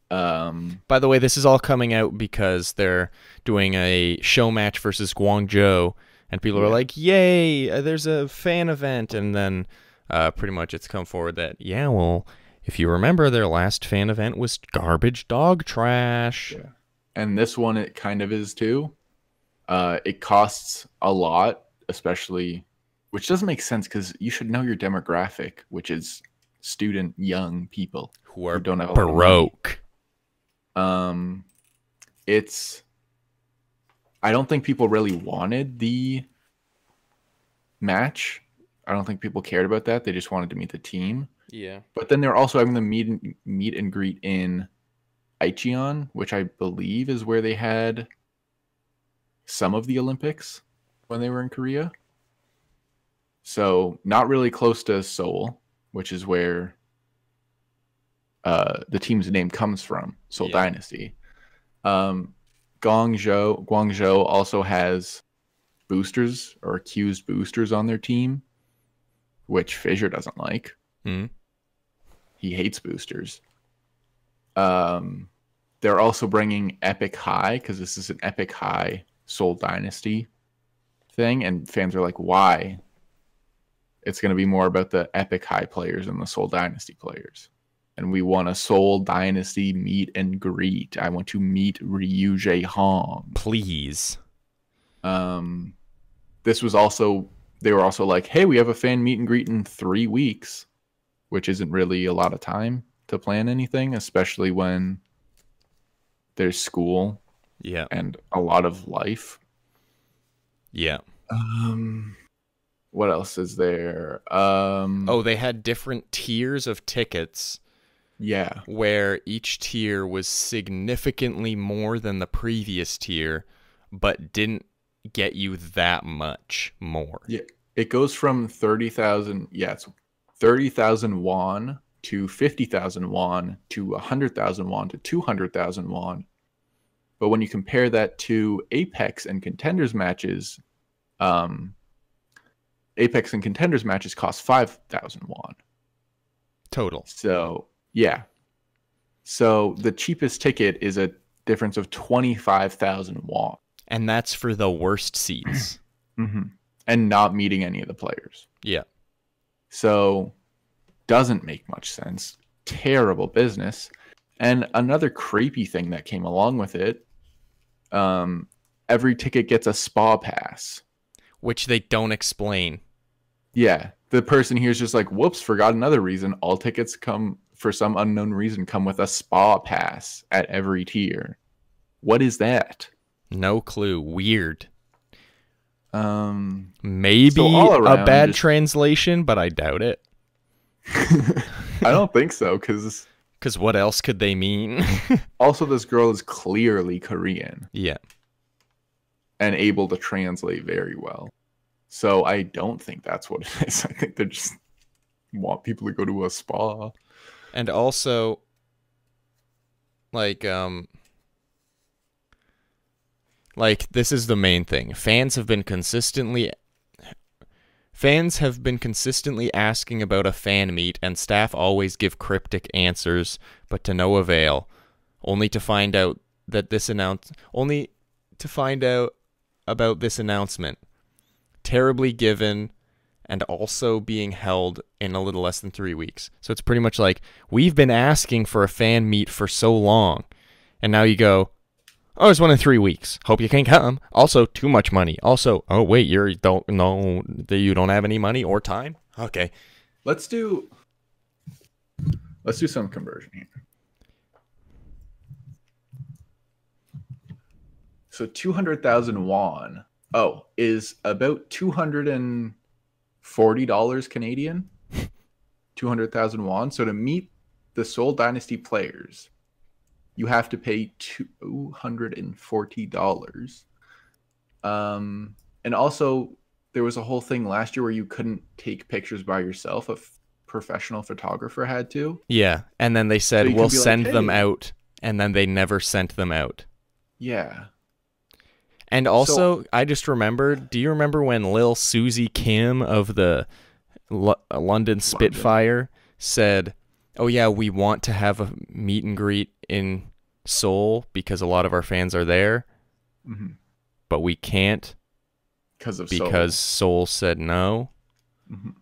[SPEAKER 2] Um,
[SPEAKER 1] By the way, this is all coming out because they're doing a show match versus Guangzhou, and people are
[SPEAKER 2] Yeah.
[SPEAKER 1] like, "Yay! uh, There's a fan event!" And then, uh, pretty much, it's come forward that yeah, well, if you remember, their last fan event was garbage dog trash.
[SPEAKER 2] Yeah. and this one it kind of is too. Uh, it costs a lot, especially, which doesn't make sense because you should know your demographic, which is student young people.
[SPEAKER 1] Who are
[SPEAKER 2] don't have a lot of money.
[SPEAKER 1] baroque?
[SPEAKER 2] Um, it's. I don't think people really wanted the match. I don't think people cared about that. They just wanted to meet the team.
[SPEAKER 1] Yeah.
[SPEAKER 2] But then they're also having the meet and, meet and greet in Aichion, which I believe is where they had some of the Olympics when they were in Korea. So not really close to Seoul, which is where uh, the team's name comes from, Seoul
[SPEAKER 1] Yeah.
[SPEAKER 2] Dynasty. Um, Guangzhou, Guangzhou also has boosters or accused boosters on their team, which Fisher doesn't like.
[SPEAKER 1] Hmm.
[SPEAKER 2] He hates boosters. Um, they're also bringing Epic High because this is an Epic High Soul Dynasty thing, and fans are like, why? It's going to be more about the Epic High players and the Soul Dynasty players. And we want a Soul Dynasty meet and greet. I want to meet Ryu Jae Hong.
[SPEAKER 1] Please.
[SPEAKER 2] Um, this was also they were also like, hey, we have a fan meet and greet in three weeks, which isn't really a lot of time to plan anything, especially when there's school
[SPEAKER 1] Yeah.
[SPEAKER 2] and a lot of life.
[SPEAKER 1] Yeah.
[SPEAKER 2] Um, what else is there? Um,
[SPEAKER 1] Oh, they had different tiers of tickets
[SPEAKER 2] yeah,
[SPEAKER 1] where each tier was significantly more than the previous tier, but didn't get you that much more.
[SPEAKER 2] Yeah. it goes from thirty thousand. Yeah, it's thirty thousand won to fifty thousand won to hundred thousand won to two hundred thousand won. But when you compare that to Apex and contenders matches, um, Apex and contenders matches cost five thousand won.
[SPEAKER 1] Total.
[SPEAKER 2] So yeah, so the cheapest ticket is a difference of twenty five thousand won,
[SPEAKER 1] And that's for the worst
[SPEAKER 2] <clears throat>
[SPEAKER 1] seats.
[SPEAKER 2] and not meeting any of the players.
[SPEAKER 1] yeah.
[SPEAKER 2] So doesn't make much sense. Terrible business. And another creepy thing that came along with it, um, every ticket gets a spa pass.
[SPEAKER 1] Which they don't explain.
[SPEAKER 2] Yeah. The person here's just like, whoops, forgot another reason. All tickets come for some unknown reason come with a spa pass at every tier. What is that?
[SPEAKER 1] No clue. Weird.
[SPEAKER 2] Um
[SPEAKER 1] Maybe
[SPEAKER 2] all
[SPEAKER 1] a
[SPEAKER 2] around,
[SPEAKER 1] bad
[SPEAKER 2] just-
[SPEAKER 1] translation, but I doubt it.
[SPEAKER 2] I don't think so, because
[SPEAKER 1] Because what else could they mean? <laughs>
[SPEAKER 2] also this girl is clearly Korean.
[SPEAKER 1] yeah.
[SPEAKER 2] and able to translate very well. So I don't think that's what it is. <laughs> I think they just want people to go to a spa.
[SPEAKER 1] and also like um like this is the main thing fans have been consistently fans have been consistently asking about a fan meet and staff always give cryptic answers but to no avail only to find out that this announce only to find out about this announcement terribly given and also being held in a little less than three weeks. So it's pretty much like we've been asking for a fan meet for so long, and now you go, oh, it's one in three weeks. Hope you can come. Also, too much money. Also, oh wait, you don't no, that you don't have any money or time. Okay,
[SPEAKER 2] Let's do let's do some conversion here. So 200,000 won oh is about 240 dollars Canadian. 200,000 won. So to meet the Soul Dynasty players, you have to pay $240. Um and also there was a whole thing last year where you couldn't take pictures by yourself. A f- professional photographer had to.
[SPEAKER 1] yeah. And then they said
[SPEAKER 2] So you can
[SPEAKER 1] we'll
[SPEAKER 2] be like,
[SPEAKER 1] send them
[SPEAKER 2] "Hey."
[SPEAKER 1] out, and then they never sent them out.
[SPEAKER 2] Yeah.
[SPEAKER 1] And also, I just remembered. Do you remember when Lil Susie Kim of the L- London Spitfire said, "Oh yeah, we want to have a meet and greet in Seoul because a lot of our fans are there, but we can't
[SPEAKER 2] Because Mm-hmm. of Seoul.
[SPEAKER 1] because Seoul said no."
[SPEAKER 2] Mhm.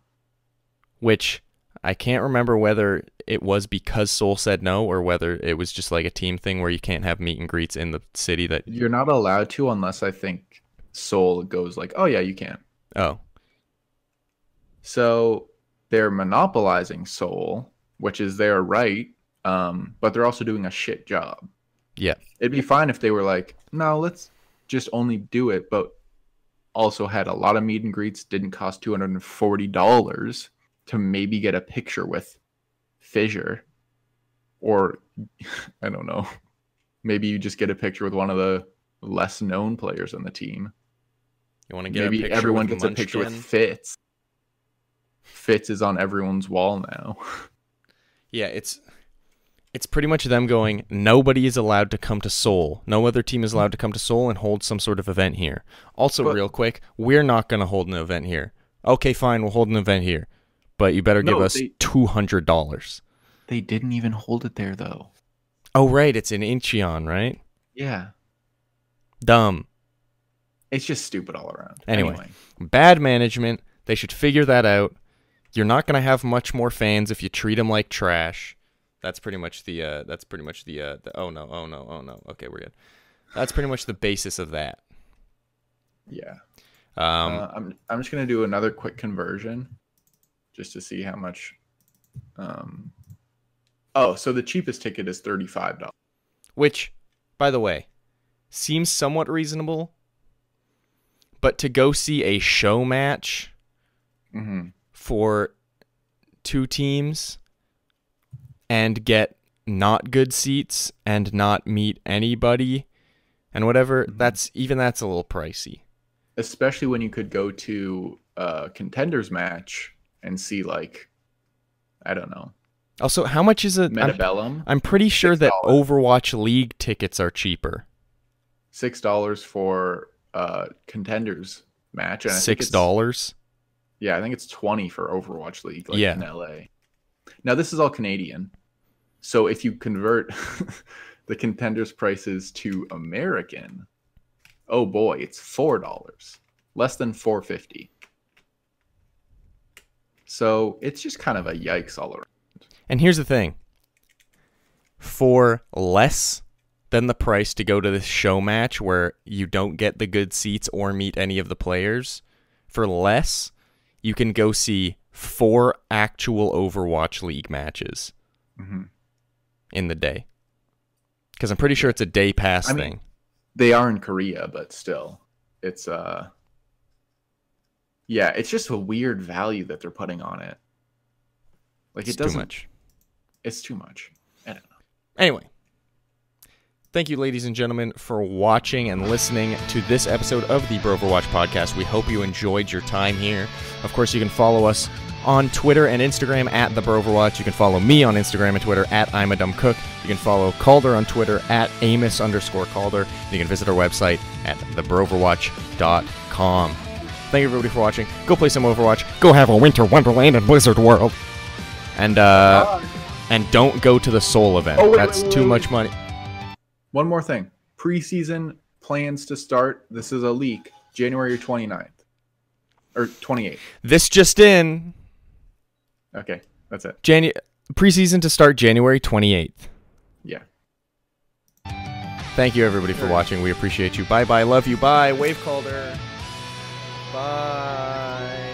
[SPEAKER 1] Which I can't remember whether it was because Seoul said no or whether it was just like a team thing where you can't have meet and greets in the city that
[SPEAKER 2] you're not allowed to unless I think Seoul goes like, oh yeah, you can.
[SPEAKER 1] oh
[SPEAKER 2] So they're monopolizing Seoul, which is their right, um, but they're also doing a shit job.
[SPEAKER 1] yeah
[SPEAKER 2] It'd be fine if they were like, no, let's just only do it, but also had a lot of meet and greets, didn't cost two hundred and forty dollars to maybe get a picture with fissure, or <laughs> I don't know, maybe you just get a picture with one of the less known players on the team.
[SPEAKER 1] You want to get a
[SPEAKER 2] Maybe
[SPEAKER 1] picture
[SPEAKER 2] everyone
[SPEAKER 1] with
[SPEAKER 2] gets a picture with
[SPEAKER 1] Munchkin?
[SPEAKER 2] Fitz. Fitz is on everyone's wall now. <laughs>
[SPEAKER 1] Yeah, it's it's pretty much them going. Nobody is allowed to come to Seoul. No other team is allowed to come to Seoul and hold some sort of event here. Also,
[SPEAKER 2] But-
[SPEAKER 1] real quick, we're not going to hold an event here. Okay, fine, we'll hold an event here, but you better give
[SPEAKER 2] No,
[SPEAKER 1] us
[SPEAKER 2] they-
[SPEAKER 1] two hundred dollars.
[SPEAKER 2] They didn't even hold it there though.
[SPEAKER 1] Oh right, it's in Incheon, right?
[SPEAKER 2] Yeah,
[SPEAKER 1] Dumb.
[SPEAKER 2] it's just stupid all around.
[SPEAKER 1] Anyway. Bad management. They should figure that out. You're not going to have much more fans if you treat them like trash. That's pretty much the uh that's pretty much the uh the, oh no, oh no, oh no. Okay, we're good. That's pretty much the basis of that.
[SPEAKER 2] yeah.
[SPEAKER 1] Um,
[SPEAKER 2] uh, I'm I'm just gonna do another quick conversion, just to see how much. Um, oh, so the cheapest ticket is thirty five dollars.
[SPEAKER 1] which, by the way, seems somewhat reasonable. But to go see a show match
[SPEAKER 2] Mm-hmm.
[SPEAKER 1] for two teams and get not good seats and not meet anybody and whatever,
[SPEAKER 2] Mm-hmm.
[SPEAKER 1] that's even that's a little pricey.
[SPEAKER 2] Especially when you could go to a contenders match and see like, I don't know,
[SPEAKER 1] Also, how much is a? I'm,
[SPEAKER 2] Metabellum.
[SPEAKER 1] I'm pretty sure that
[SPEAKER 2] $6.
[SPEAKER 1] Overwatch League tickets are cheaper.
[SPEAKER 2] Six dollars for uh contenders match. And I think
[SPEAKER 1] Six
[SPEAKER 2] it's-
[SPEAKER 1] dollars.
[SPEAKER 2] Yeah, I think it's twenty for Overwatch League, like
[SPEAKER 1] Yeah.
[SPEAKER 2] in LA. Now this is all Canadian, so if you convert <laughs> the contenders' prices to American, oh boy, it's four dollars, less than four fifty. So it's just kind of a yikes all around.
[SPEAKER 1] And here's the thing for less than the price to go to this show match where you don't get the good seats or meet any of the players, for less, you can go see four actual Overwatch League matches
[SPEAKER 2] Mhm.
[SPEAKER 1] in the day. Because I'm pretty sure it's a day pass
[SPEAKER 2] I mean-
[SPEAKER 1] thing.
[SPEAKER 2] They are in Korea, but still, it's uh, yeah, it's just a weird value that they're putting on it. Like
[SPEAKER 1] it's
[SPEAKER 2] it doesn't.
[SPEAKER 1] too much.
[SPEAKER 2] It's too much. I don't know.
[SPEAKER 1] Anyway, thank you, ladies and gentlemen, for watching and listening to this episode of the Broverwatch podcast. We hope you enjoyed your time here. Of course, you can follow us on Twitter and Instagram at the Broverwatch. You can follow me on Instagram and Twitter at I'm a Dumb Cook. You can follow Calder on Twitter at Amos underscore Calder. You can visit our website at thebroverwatch.com. Thank you, everybody, for watching. Go play some Overwatch. Go have a winter wonderland in Blizzard World. And, uh and don't go to the soul event.
[SPEAKER 2] Oh, wait,
[SPEAKER 1] That's
[SPEAKER 2] wait, wait,
[SPEAKER 1] too
[SPEAKER 2] wait.
[SPEAKER 1] much money.
[SPEAKER 2] One more thing. Preseason plans to start. This is a leak. January 29th or 28th.
[SPEAKER 1] This just in
[SPEAKER 2] Okay, that's it.
[SPEAKER 1] Janu- preseason to start January 28th.
[SPEAKER 2] Yeah.
[SPEAKER 1] Thank you everybody for watching. We appreciate you. Bye bye. Love you. Bye. Wave Calder. Bye.